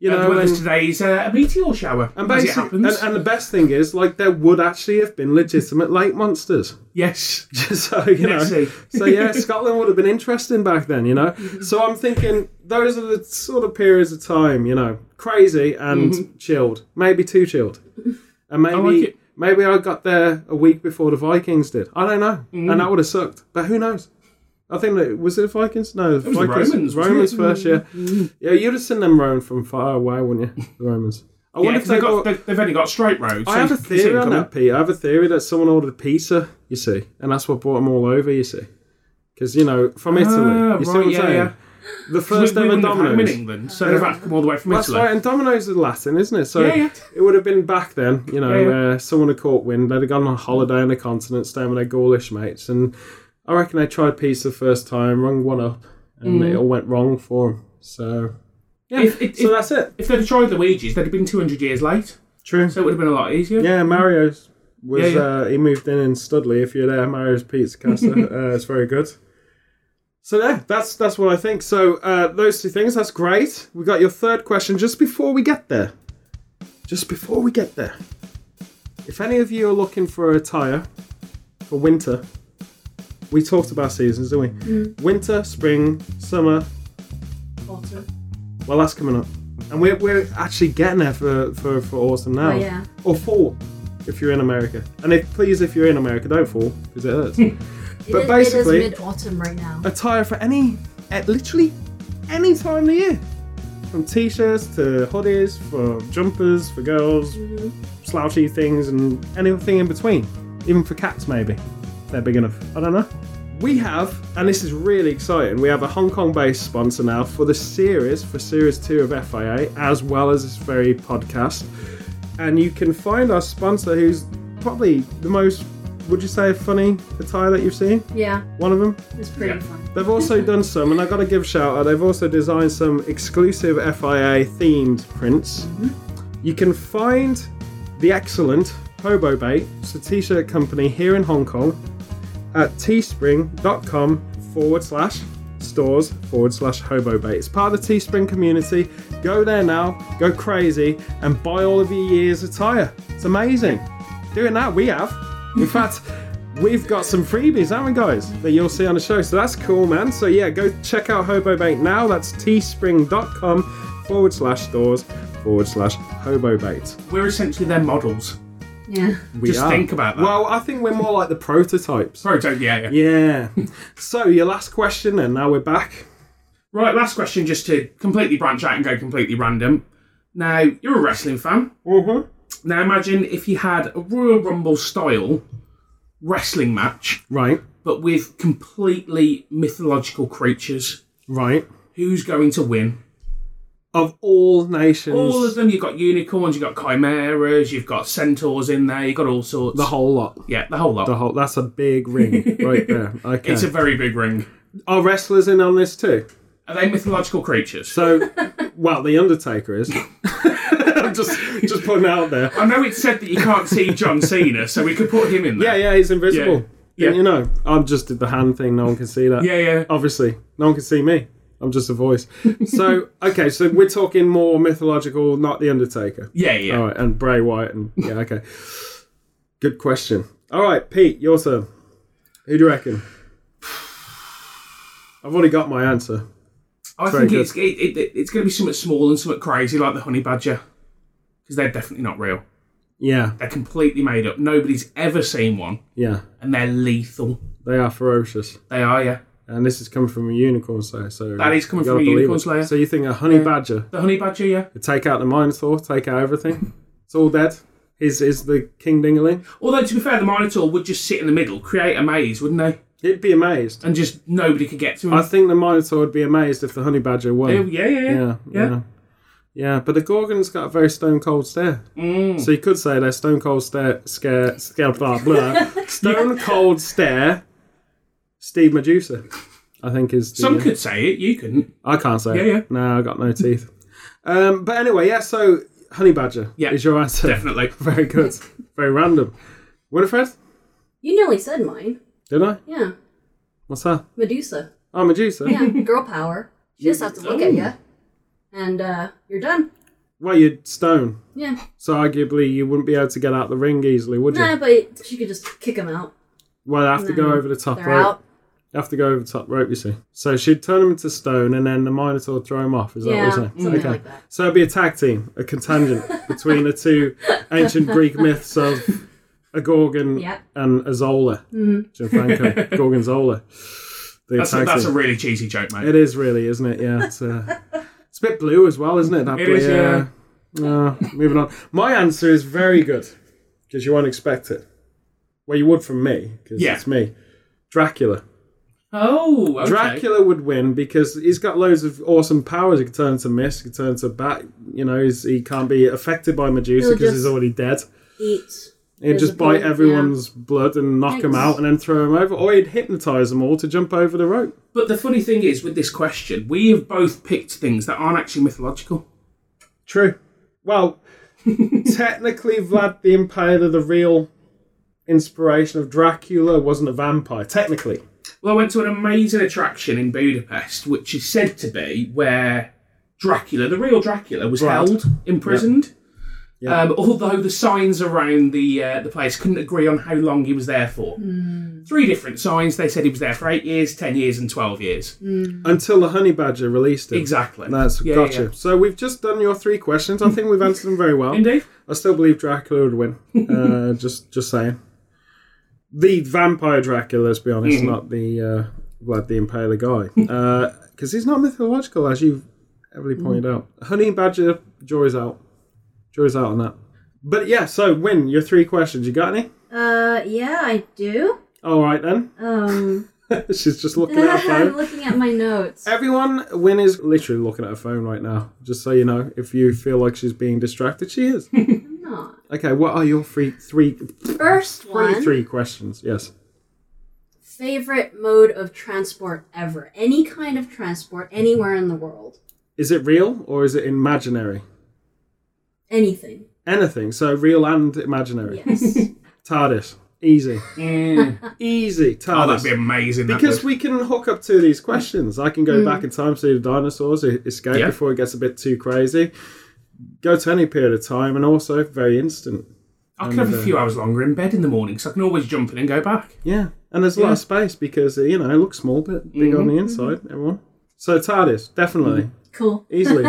A: You
C: Uh, the
A: know,
C: weather's
A: and-
C: today is uh, a meteor shower.
A: And
C: as it
A: basically, and,
C: happens.
A: and the best thing is, like, there would actually have been legitimate lake monsters.
C: yes.
A: so you know,
C: Let's see.
A: so yeah, Scotland would have been interesting back then. You know,
C: Mm-hmm.
A: so I'm thinking those are the sort of periods of time. You know, crazy and chilled, maybe too chilled, and maybe
C: Mm-hmm. like it.
A: maybe I got there a week before the Vikings did. I don't know,
C: Mm.
A: and that would have sucked. But who knows? I think that was it the Vikings. No, the
C: was the
A: Vikings.
C: Romans, wasn't
A: Romans
C: it? Mm-hmm.
A: first, yeah. Yeah, you'd have seen them roam from far away, wouldn't you? The Romans. I
C: Yeah,
A: wonder if
C: 'cause
A: they
C: they've, got,
A: got.
C: they've, they've only got straight roads.
A: I
C: so
A: have a
C: you can see
A: theory
C: them
A: on
C: coming.
A: that, Pete. I have a theory that someone ordered pizza, you see, and that's what brought them all over, you see. Because, you know, from Italy.
C: Ah,
A: you see
C: right,
A: what I'm
C: yeah,
A: saying?
C: yeah.
A: The first
C: we, we
A: ever
C: wouldn't have had them in
A: Domino's.
C: England, so they've had to come all the way from
A: That's
C: Italy.
A: right, and Domino's is Latin, isn't it? So
C: Yeah, yeah.
A: it would have been back then, you know,
C: Yeah, yeah.
A: where someone had caught wind, they'd have gone on holiday on the continent, staying with their Gaulish mates, and I reckon they tried pizza the first time, rung one up, and it all went wrong for them. So, yeah,
C: Mm. If- if-
A: so that's it.
C: If they'd have tried Luigi's, they'd have been 200 years late,
A: True.
C: so it would have been a lot easier.
A: Yeah, Mario's was
C: Yeah, yeah.
A: Uh, he moved in in Studley. If you're there, Mario's Pizza Casa, uh, it's very good. So yeah, that's that's what I think. So uh, those two things, that's great. We got your third question just before we get there. Just before we get there, if any of you are looking for a tire for winter, we talked about seasons, didn't we?
C: Mm.
A: Winter, spring, summer,
B: Walter.
A: well, that's coming up. And we're, we're actually getting there for, for, for autumn now.
B: Oh, yeah.
A: Or fall, if you're in America. And if please, if you're in America, don't fall, because it hurts.
B: It
A: But
B: is-
A: basically-
B: it is mid autumn right now.
A: Attire for any, at literally any time of the year. From t shirts to hoodies, for jumpers, for girls, slouchy things, and anything in between. Even for cats, maybe. if They're big enough. I don't know. We have, and this is really exciting, we have a Hong Kong based sponsor now for the series, for series two of FIA, as well as this very podcast. And you can find our sponsor who's probably the most, would you say, funny attire that you've seen?
B: Yeah,
A: One of them?
B: it's pretty
C: Yeah.
B: fun.
A: They've also done some, and I gotta give a shout out, they've also designed some exclusive FIA themed prints. You can find the excellent Hobo Bait, it's a t shirt company here in Hong Kong, at teespring.com forward slash stores forward slash hobo bait. It's part of the Teespring community. Go there now, go crazy, and buy all of your year's attire. It's amazing. Doing that, we have. In fact, we've got some freebies, haven't we, guys? That you'll see on the show. So that's cool, man. So yeah, go check out Hobo Bait now. That's teespring.com forward slash stores forward slash hobo bait.
C: We're essentially their models.
B: Yeah.
A: We
C: Just
A: are.
C: think about that.
A: Well, I think we're more like the prototypes.
C: Proto, yeah, yeah.
A: Yeah. so your last question, and now we're back.
C: Right, last question just to completely branch out and go completely random. Now, you're a wrestling fan.
A: Mm-hmm.
C: Now, imagine if you had a Royal Rumble style wrestling match,
A: Right.
C: but with completely mythological creatures.
A: Right.
C: Who's going to win?
A: Of all nations,
C: All of them. You've got unicorns, you've got chimeras, you've got centaurs in there, you've got all sorts.
A: the whole lot.
C: Yeah, the whole lot.
A: The whole. That's a big ring right there. Okay.
C: It's a very big ring.
A: Are wrestlers in on this too?
C: Are they mythological creatures?
A: So, well, the Undertaker is. I'm just just putting it out there.
C: I know it's said that you can't see John Cena, so we could put him in
A: Yeah,
C: there.
A: yeah, he's invisible. Yeah.
C: Yeah.
A: You know, I just did the hand thing. No one can see that.
C: yeah, yeah.
A: Obviously, no one can see me. I'm just a voice. So, okay, so we're talking more mythological, not the Undertaker.
C: Yeah, yeah.
A: All right, and Bray Wyatt, and yeah, okay. Good question. All right, Pete, your turn. Who do you reckon? I've already got my answer.
C: I
A: Oh, very
C: think
A: good.
C: it's it, it, it's going to be somewhat small and somewhat crazy, like the honey badger, because they're definitely not real.
A: Yeah,
C: They're completely made up. Nobody's ever seen one,
A: yeah,
C: and they're lethal.
A: they are ferocious,
C: They are, yeah.
A: and this is coming from a unicorn slayer. So
C: That is coming
A: you gotta
C: from a
A: believe
C: unicorn
A: it.
C: slayer.
A: So you think a honey badger
C: The honey badger, yeah.
A: would take out the minotaur, take out everything? It's all dead. Is is the king dingaling?
C: Although to be fair, the minotaur would just sit in the middle, create a maze, wouldn't they?
A: He'd be amazed.
C: And just nobody could get to him.
A: I think the minotaur would be amazed if the honey badger won.
C: yeah, yeah, yeah,
A: yeah, yeah. Yeah, but the Gorgon's got a very stone cold stare.
C: Mm.
A: So you could say they're stone cold stare, scare, scare, blah, blah. stone cold stare, Steve Medusa, I think is the.
C: Some
A: uh,
C: could say it, you couldn't.
A: I can't say. it.
C: Yeah, yeah.
A: No, I got no teeth. Um, but anyway, yeah, so Honey Badger
C: Yeah,
A: is your answer.
C: Definitely.
A: Very good. very random. Winifred?
B: You nearly said mine.
A: Did I?
B: Yeah.
A: What's that?
B: Medusa.
A: Oh, Medusa.
B: Yeah, girl power. She just has to look at you. And uh, you're done.
A: Well, you'd stone,
B: Yeah.
A: so arguably you wouldn't be able to get out the ring easily, would you?
B: No, but she could just kick him out.
A: Well, I have to go
B: No,
A: over the top
B: They're
A: rope.
B: out.
A: You have to go over the top rope, you see. So she'd turn him into stone, and then the Minotaur would throw him off. Is that
B: Yeah,
A: what you're saying?
B: something like that.
A: So it'd be a tag team, a contingent between the two ancient Greek myths of a Gorgon
B: Yeah.
A: and a Zola. Mm. Gianfranco, Gorgonzola. The
C: That's, a,
A: tag
C: that's a
A: team.
C: really cheesy joke, mate.
A: It is really, isn't it? Yeah, it's, uh, it's a bit blue as well, isn't it? That
C: It
A: blue,
C: is, yeah.
A: No, moving on. My answer is very good because you won't expect it. Well, you would from me because
C: Yeah.
A: it's me. Dracula.
C: Oh, okay.
A: Dracula would win because he's got loads of awesome powers. He can turn into mist, he can turn into bat. You know, he's, he can't be affected by Medusa
B: He'll
A: because he's
B: just-
A: already dead.
B: Eat.
A: He'd just
B: Invisible,
A: bite everyone's blood and knock them
B: Yikes.
A: out and then throw them over. Or he'd hypnotize them all to jump over the rope.
C: But the funny thing is, with this question, we have both picked things that aren't actually mythological.
A: True. Well, technically, Vlad the Impaler, the real inspiration of Dracula, wasn't a vampire. Technically.
C: Well, I went to an amazing attraction in Budapest, which is said to be where Dracula, the real Dracula, was
A: Right.
C: held, imprisoned.
A: Yeah.
C: Um, although the signs around the uh, the place couldn't agree on how long he was there for. Three different signs. They said he was there for eight years, ten years, and twelve years.
A: Until the honey badger released him.
C: Exactly.
A: That's
C: Yeah,
A: gotcha.
C: yeah,
A: So we've just done your three questions. I think we've answered them very well.
C: yeah. Indeed.
A: I still believe Dracula would win. Uh, just, just saying. The vampire Dracula, let's be honest, not the uh, Vlad the Impaler guy, because he's not mythological, as you've heavily pointed out. Honey Badger, joys out, joys out on that. But yeah, so win your three questions. You got any?
B: Uh, yeah, I do.
A: All right then.
B: Um,
A: She's just looking at her
B: I'm
A: phone.
B: looking at my notes.
A: Everyone, Win is literally looking at her phone right now. Just so you know, if you feel like she's being distracted, she is.
B: I'm not.
A: okay, what are your three, three,
B: First
A: three,
B: one.
A: three questions? Yes.
B: Favorite mode of transport ever. Any kind of transport anywhere in the world.
A: Is it real or is it imaginary?
B: Anything.
A: Anything. So real and imaginary.
B: Yes.
A: TARDIS. Easy. Hmm.
C: Mm.
A: Easy.
C: oh, that'd
A: TARDIS.
C: be amazing. that
A: because
C: would.
A: we can hook up to these questions. I can go back in time, see the dinosaurs, e- escape
C: Yeah.
A: before it gets a bit too crazy. Go to any period of time and also very instant.
C: I could have a few hours longer in bed in the morning, so I can always jump in and go back.
A: Yeah. And there's a lot
C: Yeah.
A: of space because, uh, you know, it looks small but big on the inside, everyone. So TARDIS, definitely.
B: cool.
A: Easily.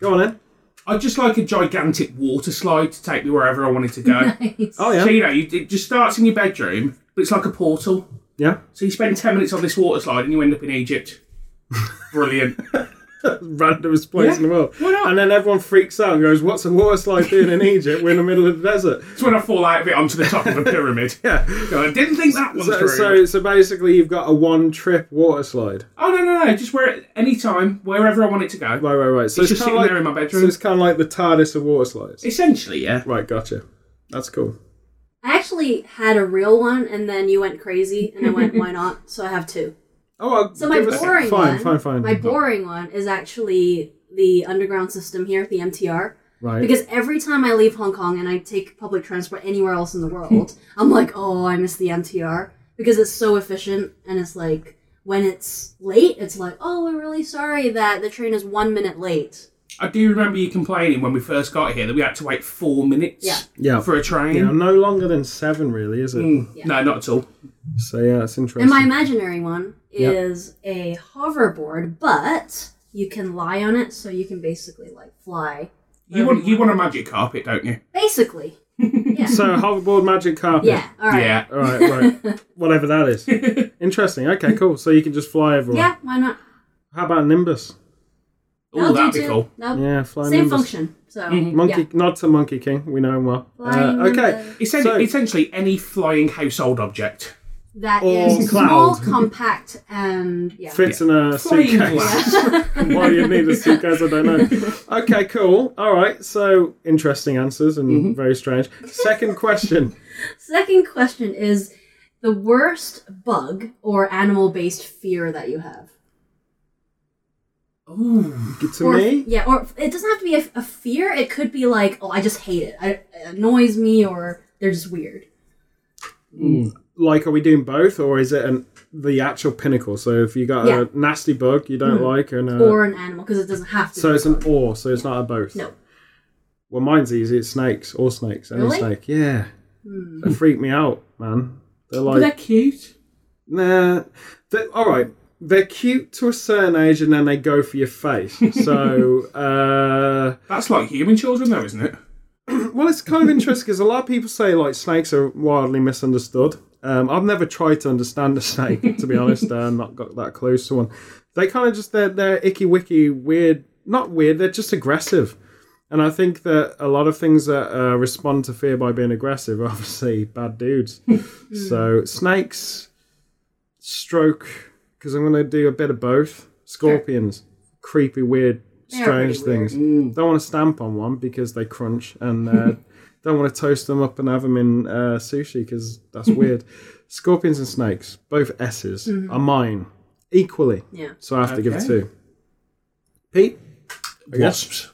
A: go on in.
C: I'd just like a gigantic water slide to take me wherever I wanted to go.
B: Nice.
A: Oh,
C: So
A: yeah.
C: you know, you, it just starts in your bedroom, but it's like a portal.
A: Yeah.
C: So you spend ten minutes on this water slide, and you end up in Egypt. Brilliant.
A: randomest place
C: Yeah,
A: in the world.
C: why not?
A: And then everyone freaks out and goes, "What's a water slide doing in Egypt? We're in the middle of the desert."
C: it's when I fall out of it onto the top of a pyramid.
A: Yeah.
C: Go, I didn't think that one
A: So,
C: through.
A: so, so basically, you've got a one-trip water slide.
C: Oh no no no! Just wear it any time, wherever I want it to go.
A: Right, right, right. So
C: It's
A: it's,
C: just
A: kind
C: sitting
A: of like
C: there in my bedroom.
A: So it's kind of like the TARDIS of water slides.
C: Essentially, yeah.
A: Right, gotcha. That's cool.
B: I actually had a real one, and then you went crazy, and I went, "Why not?" So I have two.
A: Oh, well,
B: So my
A: give us-
B: boring
A: fine,
B: one,
A: fine, fine,
B: my boring one is actually the underground system here, the MTR.
A: Right.
B: Because every time I leave Hong Kong and I take public transport anywhere else in the world, I'm like, oh, I miss the MTR because it's so efficient and it's like when it's late, it's like, oh, we're really sorry that the train is one minute late.
C: I do remember you complaining when we first got here that we had to wait four minutes
B: Yeah.
A: yeah.
C: for a train.
A: yeah, no longer than seven, really, is it?
C: Mm,
B: Yeah.
C: No, not at all.
A: So yeah, it's interesting.
B: And my imaginary one
A: Yep.
B: is a hoverboard, but you can lie on it, so you can basically like fly.
C: You want you want a magic carpet, don't you?
B: Basically, yeah,
A: so hoverboard magic carpet.
B: yeah. All right,
C: Yeah.
A: All right, right. Whatever that is. Interesting. Okay, cool. So you can just fly everywhere.
B: yeah. Why not?
A: How about Nimbus?
C: Oh,
B: That'll
C: that'd
B: do
C: be
B: too.
C: cool.
B: That'll-
A: Yeah, flying
B: Same
A: Nimbus.
B: function. So
A: Monkey,
B: yeah.
A: not to Monkey King. We know him well.
B: Flying
A: Uh, okay,
B: Nimbus.
C: Essen-
A: So-
C: essentially, any flying household object.
B: That
C: Oh,
A: Or
B: is
A: cloud.
B: small, compact, and yeah.
A: fits in a
C: Flying
A: suitcase.
C: glass.
A: Why you need a suitcase? I don't know. Okay, cool. All right. So interesting answers and
B: Mm-hmm.
A: very strange. Second question.
B: Second question is the worst bug or animal based fear that you have.
C: Ooh.
A: To
B: or,
A: me,
B: Yeah, or it doesn't have to be a, a fear. It could be like, oh, I just hate it. I, it annoys me, or they're just weird.
A: like, are we doing both, or is it an, the actual pinnacle? So if you got
B: Yeah. Mm-hmm.
A: a nasty bug you don't like, and a,
B: or an animal because it doesn't have
A: Mm.
B: to.
A: so
B: be
A: it's an
B: bug.
A: or, so it's not a both.
B: No.
A: Well, mine's easy. It's snakes, all snakes, any
B: Really? Hmm.
A: snake. Yeah, they freak me out, man. They're
C: But they're
A: like,
C: cute.
A: nah. They're, all right, they're cute to a certain age, and then they go for your face. So. uh
C: That's like human children, though, isn't it?
A: Well, it's kind of interesting because a lot of people say like snakes are wildly misunderstood. Um, I've never tried to understand a snake, to be honest. uh, not got that close to one. They kind of just they're they're icky wicky weird, not weird. They're just aggressive, and I think that a lot of things that uh, respond to fear by being aggressive, are obviously, bad dudes. so snakes, stroke, because I'm going to do a bit of both. Scorpions, creepy, weird,
B: They are pretty
A: strange things. Don't want to stamp on one because they crunch, and uh, don't want to toast them up and have them in uh, sushi because that's weird. Scorpions and snakes, both S's, are mine equally,
B: Yeah.
A: so I have to give
C: Okay.
A: it two. Pete, I guess.
C: Wasps.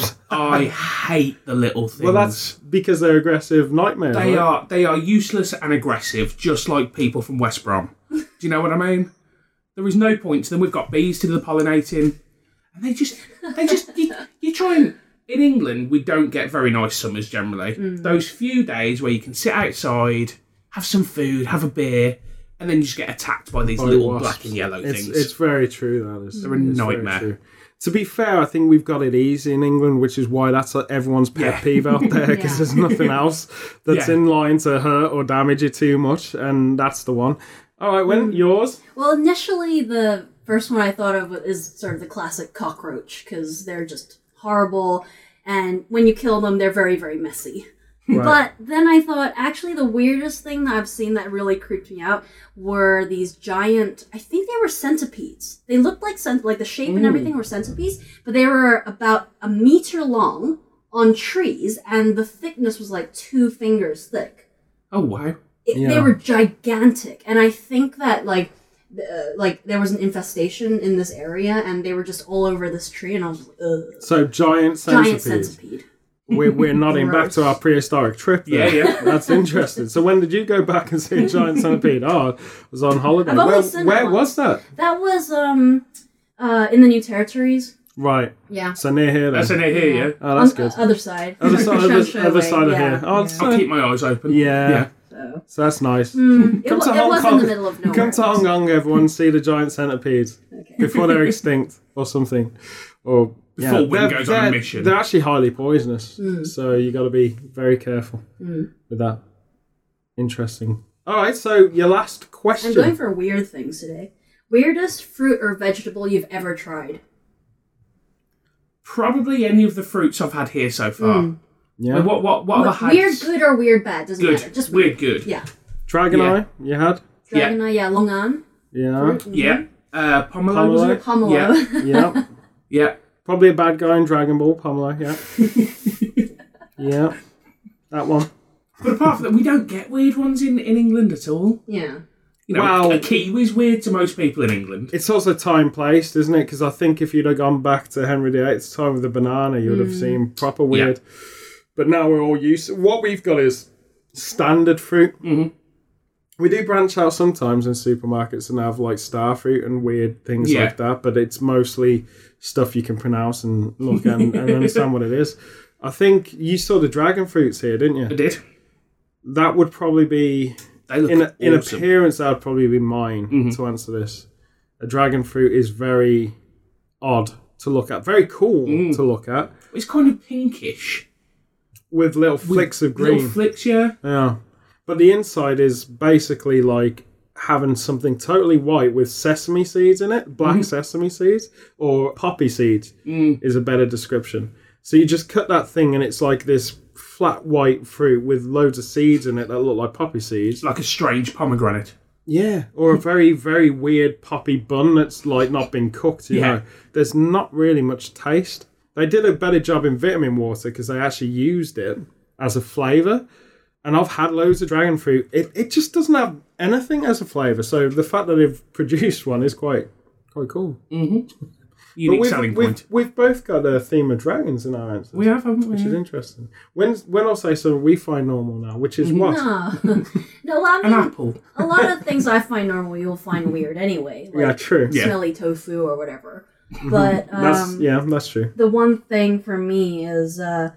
A: wasps.
C: I hate the little things.
A: Well, that's because they're aggressive nightmares.
C: They are they are useless and aggressive, just like people from West Brom. Do you know what I mean? There is no point to them. We've got bees to do the pollinating, and they just they just you, you try and in England we don't get very nice summers generally. Those few days where you can sit outside, have some food, have a beer, and then you just get attacked by these
A: By
C: little
A: wasps.
C: black and yellow
A: It's,
C: things.
A: it's very true. That is.
C: They're a
A: It's very
C: nightmare.
A: true. To be fair, I think we've got it easy in England, which is why that's like everyone's pet
C: Yeah.
A: peeve out there because
B: Yeah.
A: there's nothing else that's
C: Yeah.
A: in line to hurt or damage you too much, and that's the one. All right,
B: Mm.
A: when yours?
B: Well, initially the first one I thought of is sort of the classic cockroach because they're just horrible, and when you kill them, they're very very messy. But then I thought, actually, the weirdest thing that I've seen that really creeped me out were these giant. I think they were centipedes. They looked like cent- like the shape
A: Mm.
B: and everything were centipedes, but they were about a meter long on trees, and the thickness was like two fingers thick
C: oh wow!
B: it, they
A: Yeah.
B: were gigantic and i think that like th- uh, like there was an infestation in this area and they were just all over this tree and i was like Ugh.
A: so giant
B: giant
A: centipedes.
B: centipede
A: We're, we're nodding back to our prehistoric trip. There.
C: Yeah, yeah.
A: That's interesting. So when did you go back and see a giant centipede? Oh, I was on holiday.
B: I've only
A: Where,
B: seen it
A: where
B: once.
A: was that?
B: that was um uh in the new territories
A: Right.
B: yeah
A: So near here. Then.
C: That's in it here, yeah.
A: oh, that's
B: On
A: good.
B: the other side
A: Other side, other,
B: Shoshu
A: other
B: way,
A: side of
B: yeah,
A: here. Oh,
B: yeah.
A: so-
C: I'll keep my eyes open.
A: Yeah.
B: so
A: So that's nice.
B: Mm, it,
A: Come
B: wa-
A: to
B: it
A: Hong
B: was
A: Kong.
B: in the middle of nowhere
A: Come to Hong Kong, everyone, see the giant centipedes
B: Okay.
A: before they're extinct or something. Or yeah,
C: Before Wing
A: they're-
C: goes on a
A: they're-
C: mission.
A: They're actually highly poisonous,
B: Mm.
A: so you got to be very careful with that. Interesting. All right, so your last
B: i'm going
A: question.
B: for weird things today weirdest fruit or vegetable you've ever tried
C: Probably any of the fruits I've had here so far. I mean,
A: Yeah,
C: what what what have I had?
B: weird good or weird bad doesn't
C: Good.
B: matter just
C: weird good.
B: yeah
A: dragon
C: Yeah.
A: eye. You had.
C: Yeah.
B: dragon eye yeah long an
A: Yeah,
C: Yeah. Uh, Pomelo, was it?
B: pomelo
C: Yeah.
A: yeah.
C: Yeah.
A: Probably a bad guy in Dragon Ball, Pamela. Yeah, yeah. That one.
C: But apart from that, we don't get weird ones in, in England at all.
B: yeah.
C: You know,
A: Wow.
C: a kiwi's weird to most people in England.
A: It's also time placed, isn't it? Because I think if you'd have gone back to Henry VIII's time with the banana, you would have seen proper weird. But now we're all used. What we've got is standard fruit. Mm-hmm. We do branch out sometimes in supermarkets and have like star fruit and weird things
C: Yeah.
A: like that, but it's mostly stuff you can pronounce and look and, and understand what it is. I think you saw the dragon fruits here, didn't
C: I
A: you?
C: did.
A: That would probably be
C: They look
A: in a, in
C: awesome. Mm-hmm.
A: appearance that would probably be mine to answer this a dragon fruit is very odd to look at very cool
C: Mm.
A: to look at
C: it's kind of pinkish.
A: with little flicks of green
C: Little flicks, yeah.
A: yeah but the inside is basically like having something totally white with sesame seeds in it
C: Mm-hmm.
A: black sesame seeds or poppy seeds
C: Mm.
A: is a better description so you just cut that thing and it's like this flat white fruit with loads of seeds in it that look like poppy seeds
C: It's like a strange pomegranate.
A: Yeah, or a very very weird poppy bun that's like not been cooked. You
C: Yeah.
A: know, there's not really much taste. They did a better job in vitamin water because they actually used it as a flavor. And I've had loads of dragon fruit. It it just doesn't have anything as a flavor. So the fact that they've produced one is quite quite cool.
C: unique
A: we've,
C: selling
A: we've,
C: point.
A: We've both got a theme of dragons in our answers,
C: We have, haven't
A: which is
C: we?
A: interesting. When when I say so, we find normal now, which is what
B: No, no. Well,
C: An
B: I mean,
C: apple.
B: a lot of things I find normal, you'll find weird anyway.
A: yeah,
B: Like
A: true.
C: Yeah.
B: smelly tofu or whatever. But um,
A: That's yeah, that's true.
B: the one thing for me is uh,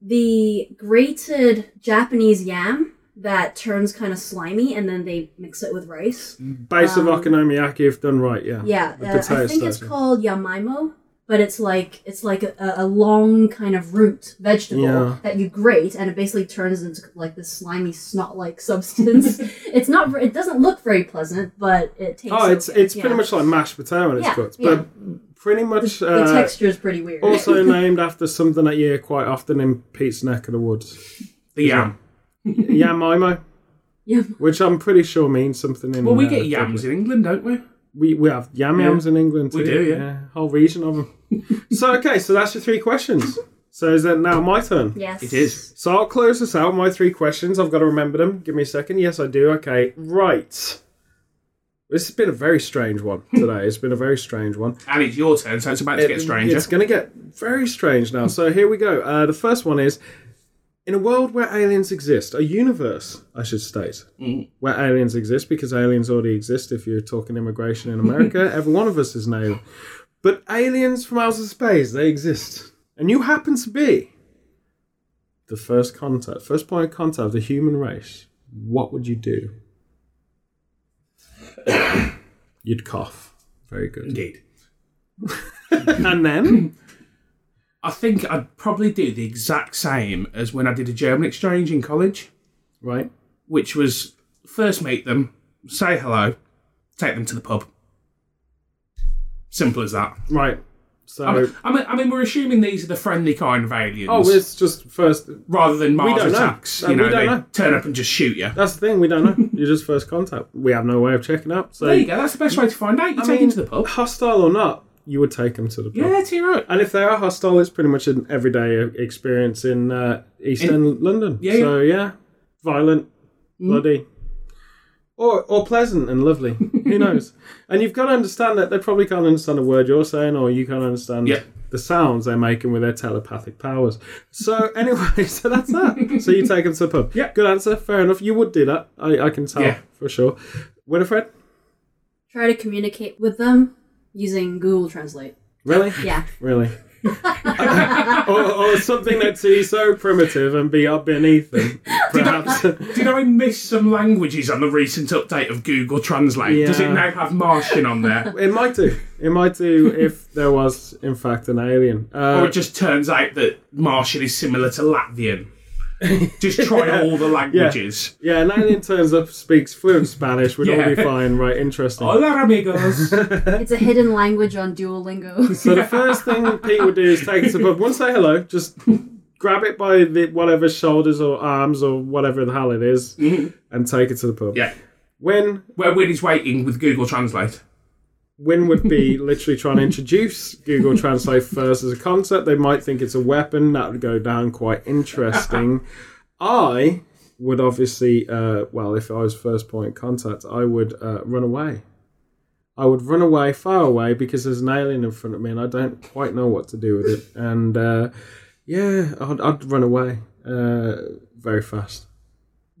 B: the grated Japanese yam that turns kind of slimy, and then they mix it with rice.
A: Base
B: Um,
A: of okonomiyaki, if done right, yeah.
B: Yeah,
A: The
B: uh,
A: potato
B: I think it's
A: starch, yeah.
B: called yamaimo, but it's like it's like a, a long kind of root vegetable
A: Yeah.
B: that you grate, and it basically turns into like this slimy snot-like substance. it's not. ver- It doesn't look very pleasant, but it tastes.
A: Oh, it's
B: okay.
A: it's pretty
B: Yeah.
A: much like mashed potato when it's
B: Yeah,
A: cooked,
B: yeah.
A: but pretty much
B: the,
A: uh,
B: texture is pretty weird.
A: also named after something that you hear quite often in Pete's neck of the woods,
C: The yam.
A: Yamimo,
B: yeah.
A: which I'm pretty sure means something in.
C: Well, we
A: uh,
C: get yams in England, don't we?
A: We we have yam
C: Yeah.
A: yams in England too.
C: We do, yeah.
A: whole region of them. so okay, so that's your three questions. So is that now my turn?
B: Yes.
C: It is.
A: So I'll close this out. My three questions. I've got to remember them. Give me a second. Yes, I do. Okay, right. This has been a very strange one today. it's been a very strange one.
C: And it's your turn, so it's about to
A: It-
C: get stranger.
A: It's going to get very strange now. So here we go. Uh, the first one is in a world where aliens exist, a universe, I should state,
C: Mm.
A: where aliens exist, because aliens already exist. If you're talking immigration in America, every one of us is an alien. But aliens from outer space, they exist. And you happen to be the first contact, first point of contact of the human race. What would you do? You'd cough. Very good.
C: Indeed.
A: And then.
C: I think I'd probably do the exact same as when I did a German exchange in college,
A: Right.
C: which was first meet them, say hello, take them to the pub. Simple as that.
A: Right. So.
C: I mean, I mean, I mean, we're assuming these are the friendly kind of aliens,
A: oh, it's just first.
C: rather than Mars
A: don't know.
C: attacks.
A: Uh,
C: You
A: we
C: know,
A: don't
C: they
A: know.
C: turn up and just shoot you.
A: That's the thing. We don't know. You're just first contact. We have no way of checking up. So
C: There you go. That's the best way to find out. You
A: I
C: take
A: mean, Oh.
C: them to the pub.
A: hostile or not, you would take them to the pub.
C: Yeah, to your right.
A: And if they are hostile, it's pretty much an everyday experience in uh, East
C: In-
A: End London.
C: Yeah, Mm.
A: so yeah, violent, bloody, or or pleasant and lovely. Who knows? And you've got to understand that they probably can't understand a word you're saying, or you can't understand
C: Yep.
A: the sounds they're making with their telepathic powers. So anyway, so that's that. so you take them to the pub.
C: Yeah.
A: good answer. Fair enough. You would do that. I, I can tell
C: Yeah.
A: for sure. Winifred,
B: Try to communicate with them using Google Translate.
A: really?
B: Yeah.
A: Really? or, or something that's so primitive and be up beneath them, perhaps.
C: Did I miss some languages on the recent update of Google Translate? Does it
A: Yeah.
C: now have Martian on there?
A: it might do. It might do if there was, in fact, an alien.
C: or
A: Uh,
C: it just turns out that Martian is similar to Latvian? Just try all the languages.
A: yeah, an alien turns up, speaks fluent Spanish, would all
C: Yeah. Oh,
A: be fine, right? Interesting.
C: Hola, amigos.
B: It's a hidden language on Duolingo.
A: So the first thing Pete would do is take it to the pub. Once say hello, just grab it by the whatever shoulders or arms or whatever the hell it is, and take it to the pub.
C: Mm-hmm. yeah.
A: When
C: Where Win is waiting with Google Translate.
A: Win would be literally trying to introduce Google Translate first as a concept. They might think it's a weapon. That would go down quite interesting. I would obviously, uh, well, if I was first point of contact, I would uh, run away. I would run away, far away, because there's an alien in front of me and I don't quite know what to do with it. And uh, yeah, I'd, I'd run away uh, very fast.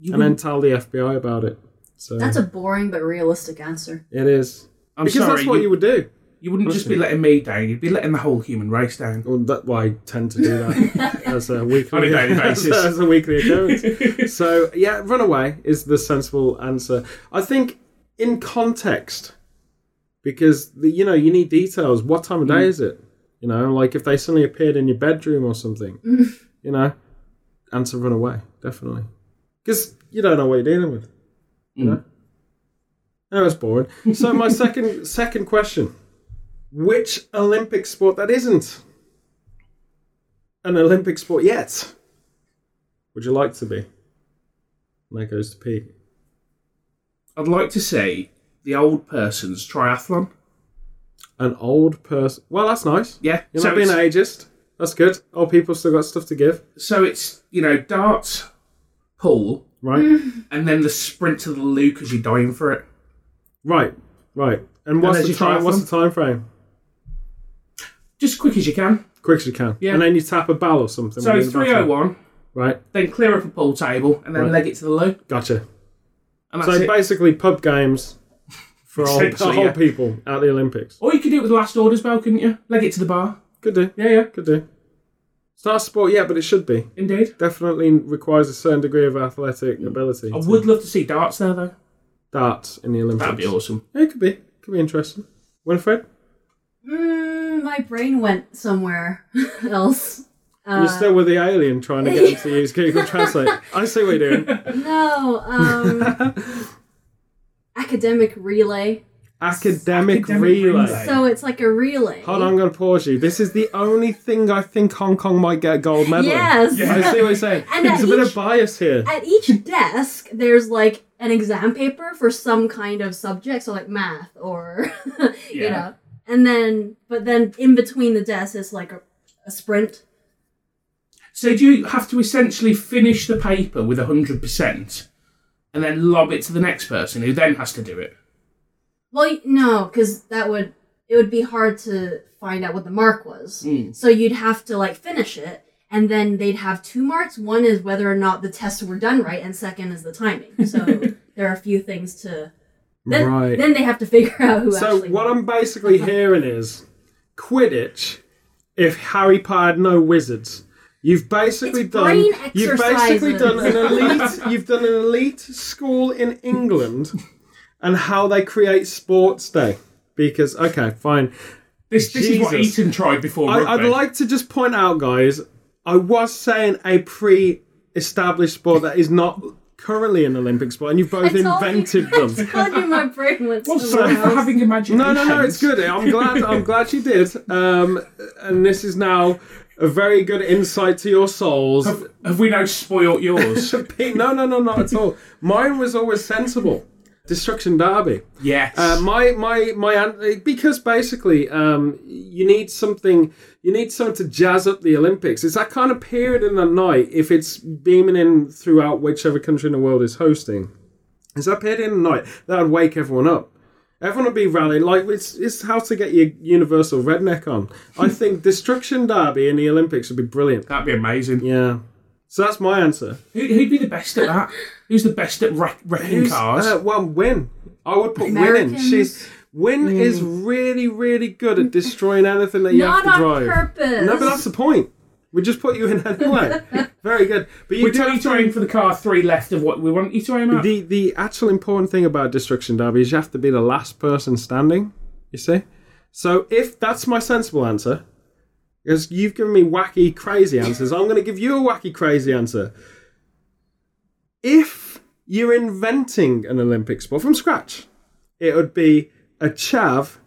A: and then tell the FBI about it. So
B: That's a boring but realistic answer.
A: it is.
C: I'm
A: Because
C: sorry.
A: that's what you would do.
C: you wouldn't just be letting me down, you'd be letting the whole human race down.
A: Well, that well, I tend to do that as a weekly
C: On a daily basis.
A: as, a weekly occurrence. so yeah, runaway is the sensible answer. I think in context, because the, you know you need details. What time of day
C: Mm.
A: is it? You know, like if they suddenly appeared in your bedroom or something. you know, answer run away definitely, because you don't know what you're dealing with.
C: Mm.
A: You know, no, that's boring. So my second second question. Which Olympic sport that isn't an Olympic sport yet? Would you like to be? And that goes to Pete.
C: I'd like to see the old person's triathlon.
A: An old person. Well, that's nice.
C: Yeah.
A: You're
C: so
A: not being
C: it's-
A: ageist. That's good. Old people still got stuff to give,
C: So it's, you know, darts, pool,
A: right?
C: and then the sprint to the loo because you're dying for it.
A: Right, right. And what's
C: there's
A: the
C: your
A: time? What's
C: triathlon.
A: the time frame?
C: Just quick as you can.
A: Quick as you can.
C: Yeah.
A: And then you tap a bell or something.
C: So
A: when you're in the
C: three oh
A: bathroom.
C: one,
A: Right.
C: then clear up a pool table, and then
A: Right.
C: leg it to the loo.
A: Gotcha.
C: And that's
A: So
C: it.
A: basically, pub games for all,
C: Essentially,
A: all
C: yeah.
A: people at the Olympics.
C: Or you could do it with the last orders bell, couldn't you? Leg it to the bar.
A: Could do.
C: Yeah, yeah,
A: Could do. It's not a sport yet, but it should be.
C: indeed.
A: Definitely requires a certain degree of athletic
C: Mm.
A: ability.
C: I would love to see darts there though.
A: Darts in the Olympics.
C: That'd be awesome.
A: Yeah, it could be. Could be interesting. Winifred,
B: Mm, my brain went somewhere else. Uh,
A: you're still with the alien trying to get him to use Google Translate. I see what you're doing.
B: No, um, academic relay.
A: Academic,
C: Academic
A: relay.
C: relay.
B: So it's like a relay.
A: Hold on, I'm going to pause you. This is the only thing I think Hong Kong might get a gold medal. in.
B: Yes.
A: I see what you're saying.
B: And
A: There's
B: at
A: a bit
B: each-
A: of bias here.
B: At each desk, there's like an exam paper for some kind of subject, so like math or you
C: Yeah.
B: know. And then, but then in between the desks is like a, a sprint.
C: So do you have to essentially finish the paper with hundred percent, and then lob it to the next person who then has to do it?
B: Well, y- no, because that would it would be hard to find out what the mark was. So you'd have to like finish it, and then they'd have two marks. One is whether or not the tests were done right, and second is the timing. So there are a few things to. Then,
A: Right.
B: Then they have to figure out who.
A: So
B: actually
A: what I'm basically hearing is Quidditch. If Harry Potter had no wizards, you've basically
B: It's
A: done.
B: brain
A: You've basically
B: exercises.
A: done an elite. you've done an elite school in England, and how they create sports day. Because okay, fine.
C: This this is what
A: Jesus.
C: Eton tried before.
A: I, I'd
C: rugby.
A: like to just point out, guys. I was saying a pre-established sport that is not currently an Olympic sport, and you've both
B: I told you-
A: invented them.
B: I told you my brain went
C: Well,
B: somewhere
C: Oh, sorry for
B: else.
C: having imagination.
A: No, no, no. It's good. I'm glad. I'm glad you did. Um, and this is now a very good insight to your souls.
C: Have, have we now spoilt yours?
A: Pete, no, no, no, not at all. Mine was always sensible. Destruction Derby.
C: yes.
A: Uh, my, my, my. an- Because basically, um, you need something. You need something to jazz up the Olympics. It's that kind of period in the night. If it's beaming in throughout whichever country in the world is hosting, it's that period in the night that would wake everyone up. Everyone would be rallying. Like it's, it's how to get your universal redneck on. I think Destruction Derby in the Olympics would be brilliant.
C: That'd be amazing.
A: Yeah. So that's my answer.
C: Who, who'd be the best at that? Who's the best at wreck, wrecking
A: Who's-
C: cars?
A: Uh, well, Win. I would put Win in.
B: Americans.
A: She's Win
C: Hmm.
A: is really, really good at destroying anything that you
B: Not
A: have to
B: on
A: drive.
B: purpose.
A: No, but that's the point. We just put you in anyway. Very good. But you
C: we
A: do
C: tell you
A: have
C: to aim for the car three left of what we want you to aim at.
A: the the actual important thing about destruction derby is you have to be the last person standing. You see, so if that's my sensible answer, because you've given me wacky, crazy answers, I'm going to give you a wacky, crazy answer. If you're inventing an Olympic sport from scratch, it would be a chav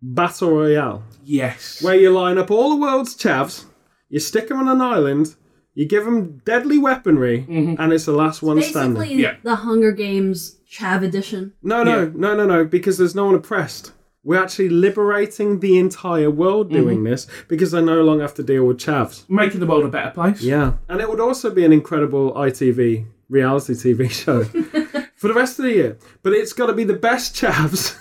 A: battle royale
C: yes.
A: where you line up all the world's chavs, you stick them on an island. You give them deadly weaponry, and it's the last one standing.
B: Basically,
C: Yeah.
B: the Hunger Games Chav edition.
A: No, no,
C: Yeah.
A: no, no, no, because there's no one oppressed. We're actually liberating the entire world
C: Mm-hmm.
A: doing this because they no longer have to deal with chavs.
C: Making the world a better place.
A: Yeah. And it would also be an incredible ITV reality TV show for the rest of the year. But it's got to be the best chavs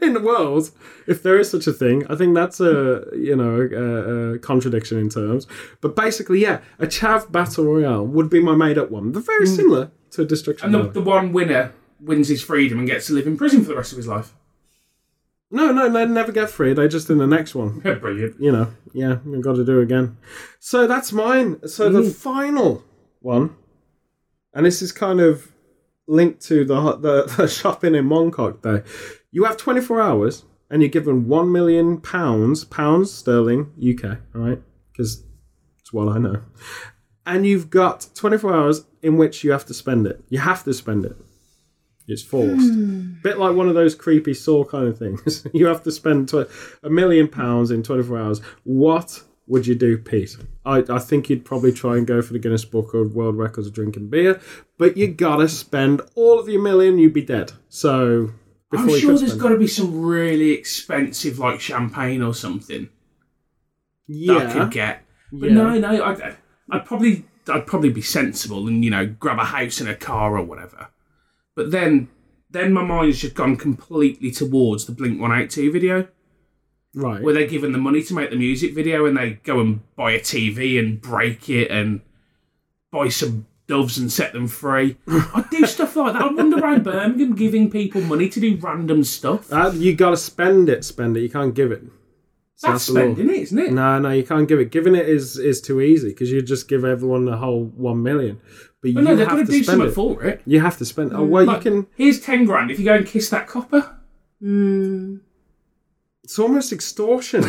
A: in the world, if there is such a thing. I think that's a, you know, a, a contradiction in terms. But basically, yeah, a chav battle royale would be my made up one. They're very similar to a destruction.
C: Mm. And the,
A: derby.
C: the one winner wins his freedom and gets to live in prison for the rest of his life.
A: No, no, they never get free. They just in the next one.
C: Brilliant.
A: you know, yeah, we've got to do again. So that's mine. So the final one, and this is kind of linked to the ho- the, the shopping in Moncock Day. You have 24 hours, and you're given one million pounds, pounds sterling, UK, all right, because it's what I know. And you've got 24 hours in which you have to spend it. You have to spend it. It's forced
C: Hmm.
A: bit like one of those creepy saw kind of things. you have to spend tw- a million pounds in 24 hours. What would you do, Pete? I, I think you'd probably try and go for the Guinness Book of World Records of drinking beer, but you gotta spend all of your million, you'd be dead. So
C: I'm
A: you
C: sure
A: could
C: there's
A: spend-
C: got to be some really expensive, like champagne or something
A: yeah,
C: that I could get. But
A: Yeah.
C: no, no, I'd, I'd probably, I'd probably be sensible and you know grab a house and a car or whatever. But then, then my mind's just gone completely towards the Blink One Eight Two video.
A: Right.
C: where they're given the money to make the music video and they go and buy a TV and break it and buy some doves and set them free. I do stuff like that. I wander around Birmingham giving people money to do random stuff.
A: Uh, you gotta spend it, spend it. You can't give it. So
C: That's
A: the law.
C: spending it, isn't it?
A: No, no, you can't give it. Giving it is is too easy because you just give everyone the whole one million. But you
C: But no, they're
A: have
C: going
A: to
C: to do
A: spend
C: something
A: it.
C: for it.
A: you have to spend. Oh well,
C: Like,
A: you can.
C: Here's ten grand if you go and kiss that copper.
B: Mm.
A: It's almost extortion.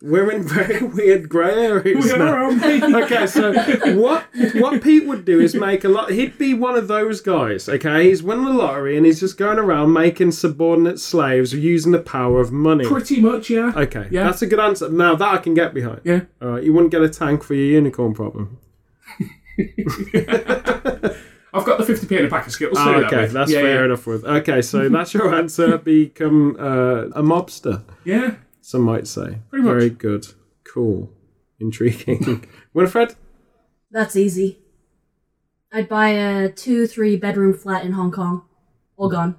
A: We're in very weird grey areas
C: We
A: now.
C: are, aren't we?
A: okay, so what what Pete would do is make a lot. He'd be one of those guys. Okay, he's winning the lottery and he's just going around making subordinate slaves using the power of money.
C: Pretty much, yeah.
A: Okay,
C: Yeah.
A: that's a good answer. Now that I can get behind.
C: Yeah.
A: All right, you wouldn't get a tank for your unicorn problem.
C: I've got the fifty p in a pack of skittles.
A: Oh,
C: too,
A: okay,
C: that
A: that's
C: yeah,
A: fair
C: yeah.
A: enough. With okay, so that's your answer. Become uh, a mobster,
C: Yeah.
A: some might say.
C: Pretty much.
A: Very good, cool, intriguing. Winifred,
B: That's easy. I'd buy a two, three bedroom flat in Hong Kong. All gone.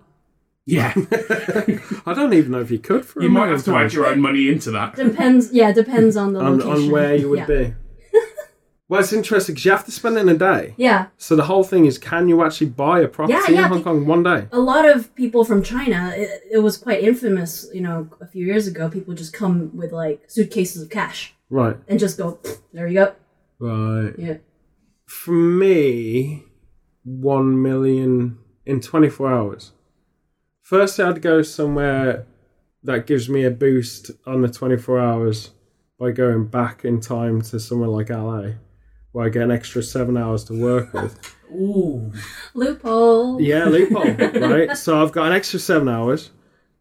C: Yeah,
A: I don't even know if you could for a
C: you might
A: million
C: have to add
A: pounds.
C: your own money into that.
B: Depends. Yeah, depends on the
A: on,
B: location.
A: on where you would
B: yeah.
A: be. Well, it's interesting 'cause you have to spend it in a day.
B: Yeah,
A: So the whole thing is, can you actually buy a property
B: yeah,
A: in Hong
B: be-
A: Kong one day?
B: a lot of people from China. It, it was quite infamous. You know, a few years ago, people just come with like suitcases of cash
A: Right,
B: and just go. "Pfft, There you go.
A: right.
B: Yeah.
A: For me, one million in 24 hours. First, I'd go somewhere that gives me a boost on the 24 hours by going back in time to somewhere like LA, where I get an extra seven hours to work with.
C: Ooh,
B: Loophole.
A: Yeah, loophole, right? So I've got an extra seven hours.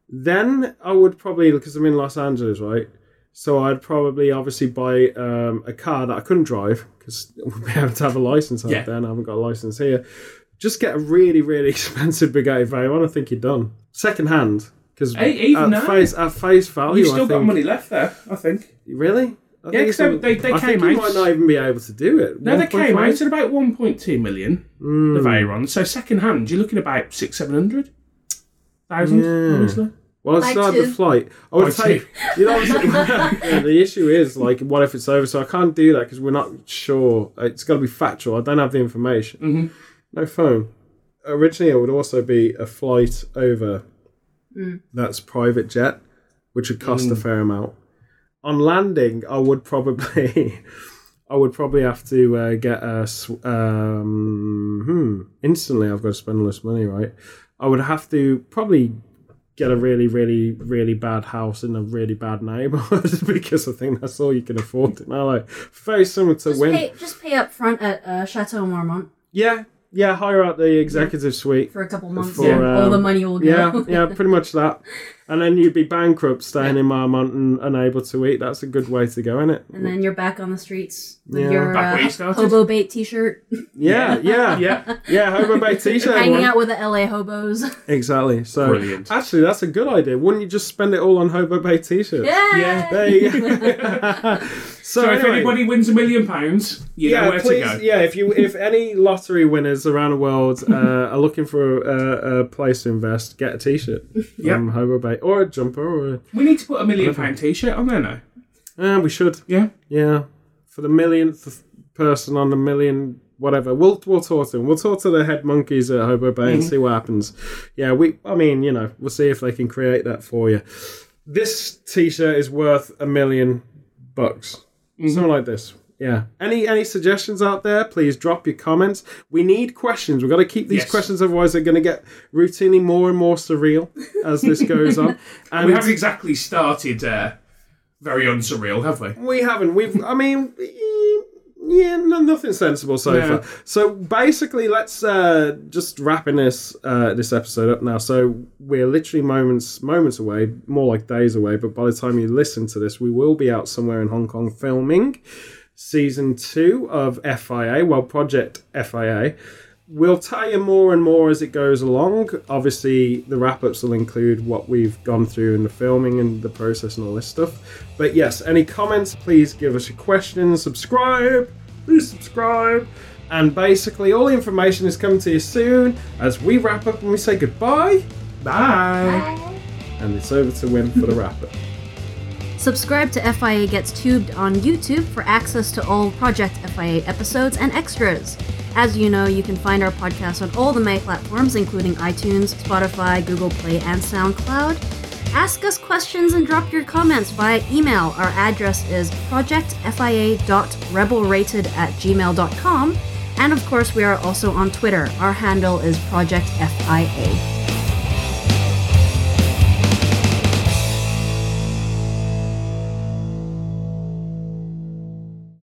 A: Then I would probably, because I'm in Los Angeles, right? So I'd probably obviously buy um, a car that I couldn't drive because I would be able to have a license out
C: Yeah.
A: there and I haven't got a license here. Just get a really, really expensive Bugatti Veyron. I think you're done. Second hand. Because
C: Hey, even
A: at
C: now?
A: face, at face value,
C: you've Oh, still
A: I
C: got
A: think.
C: money left there. I think.
A: Really? I think
C: 'cause
A: it's-
C: they- they
A: I think
C: came
A: you
C: out.
A: might not even be able to do it.
C: No, they came
A: 1.5?
C: out at about 1.2 million,
A: Hmm.
C: the Veyron. So second hand, you're looking about six, seven hundred thousand,
A: Yeah.
C: honestly.
A: Well,
B: By
A: I still have the
B: two.
A: flight. I would
C: By
A: take. You know, what I'm saying? Yeah, the issue is like, what if it's over? So I can't do that because we're not sure. It's got to be factual. I don't have the information.
C: Mhm.
A: No phone. Originally, it would also be a flight over. That's private jet, which would cost a fair amount. On landing, I would probably, I would probably have to uh, get a. sw- Um, hmm, instantly, I've got to spend all this money, right? I would have to probably get a really, really, really bad house in a really bad neighborhood because I think that's all you can afford in LA. Very similar to
B: Just
A: Win.
B: pay, just pay up front at uh, Chateau Marmont
A: Yeah, yeah, hire out the executive suite.
B: for a couple months.
A: For,
B: yeah. All
A: um,
B: the money will go.
A: Yeah, yeah, pretty much that. And then you'd be bankrupt staying in Marmont and unable to eat. That's a good way to go, isn't it?
B: And then you're back on the streets with
A: Yeah.
B: your
C: Back where you
B: uh,
C: started.
B: hobo bait t-shirt,
A: Yeah, yeah, yeah.
C: Yeah.
A: Yeah, Hobo Bay t shirt
B: hanging
A: one.
B: out with the LA hobos.
A: Exactly. So
C: Brilliant.
A: actually that's a good idea. Wouldn't you just spend it all on Hobo Bay t shirts?
B: yeah.
A: There you go.
C: So, if
A: anyway.
C: anybody wins a million pounds, you know where
A: please,
C: to go.
A: Yeah, if you if any lottery winners around the world uh, are looking for a, a place to invest, get a T-shirt
C: Yeah.
A: from Hobo Bay or a jumper, or
C: We need to put a million pound T-shirt on there now.
A: a, uh, we should.
C: Yeah.
A: Yeah, for the millionth person on the million whatever, we'll we'll talk to them. We'll talk to the head monkeys at Hobo Bay
C: Mm-hmm.
A: and see what happens. Yeah, we. I mean, you know, we'll see if they can create that for you. This T-shirt is worth a million bucks.
C: Mm-hmm.
A: Something like this. Yeah. Any any suggestions out there? Please drop your comments. We need questions. We've got to keep these
C: Yes.
A: questions, otherwise they're going to get routinely more and more surreal as this goes on. And
C: We haven't exactly started uh, very unsurreal, have we?
A: we haven't. We've. I mean, eh, yeah, no, nothing sensible so
C: Yeah.
A: far. So basically, let's uh, just wrapping this uh, this episode up now. So we're literally moments moments away, more like days away. But by the time you listen to this, we will be out somewhere in Hong Kong filming season two of FIA. Well, Project FIA. We'll tell you more and more as it goes along. Obviously, the wrap ups will include what we've gone through in the filming and the process and all this stuff. But yes, any comments, please give us your questions, subscribe, please subscribe. And basically, all the information is coming to you soon as we wrap up and we say goodbye.
C: Bye.
A: And it's over to Win for the wrap up.
B: Subscribe to FIA Gets Tubed on YouTube for access to all Project FIA episodes and extras. As you know, you can find our podcast on all the main platforms, including iTunes, Spotify, Google Play, and SoundCloud. Ask us questions and drop your comments via email. Our address is projectfia.rebelrated at gmail.com. And of course, we are also on Twitter. Our handle is projectfia.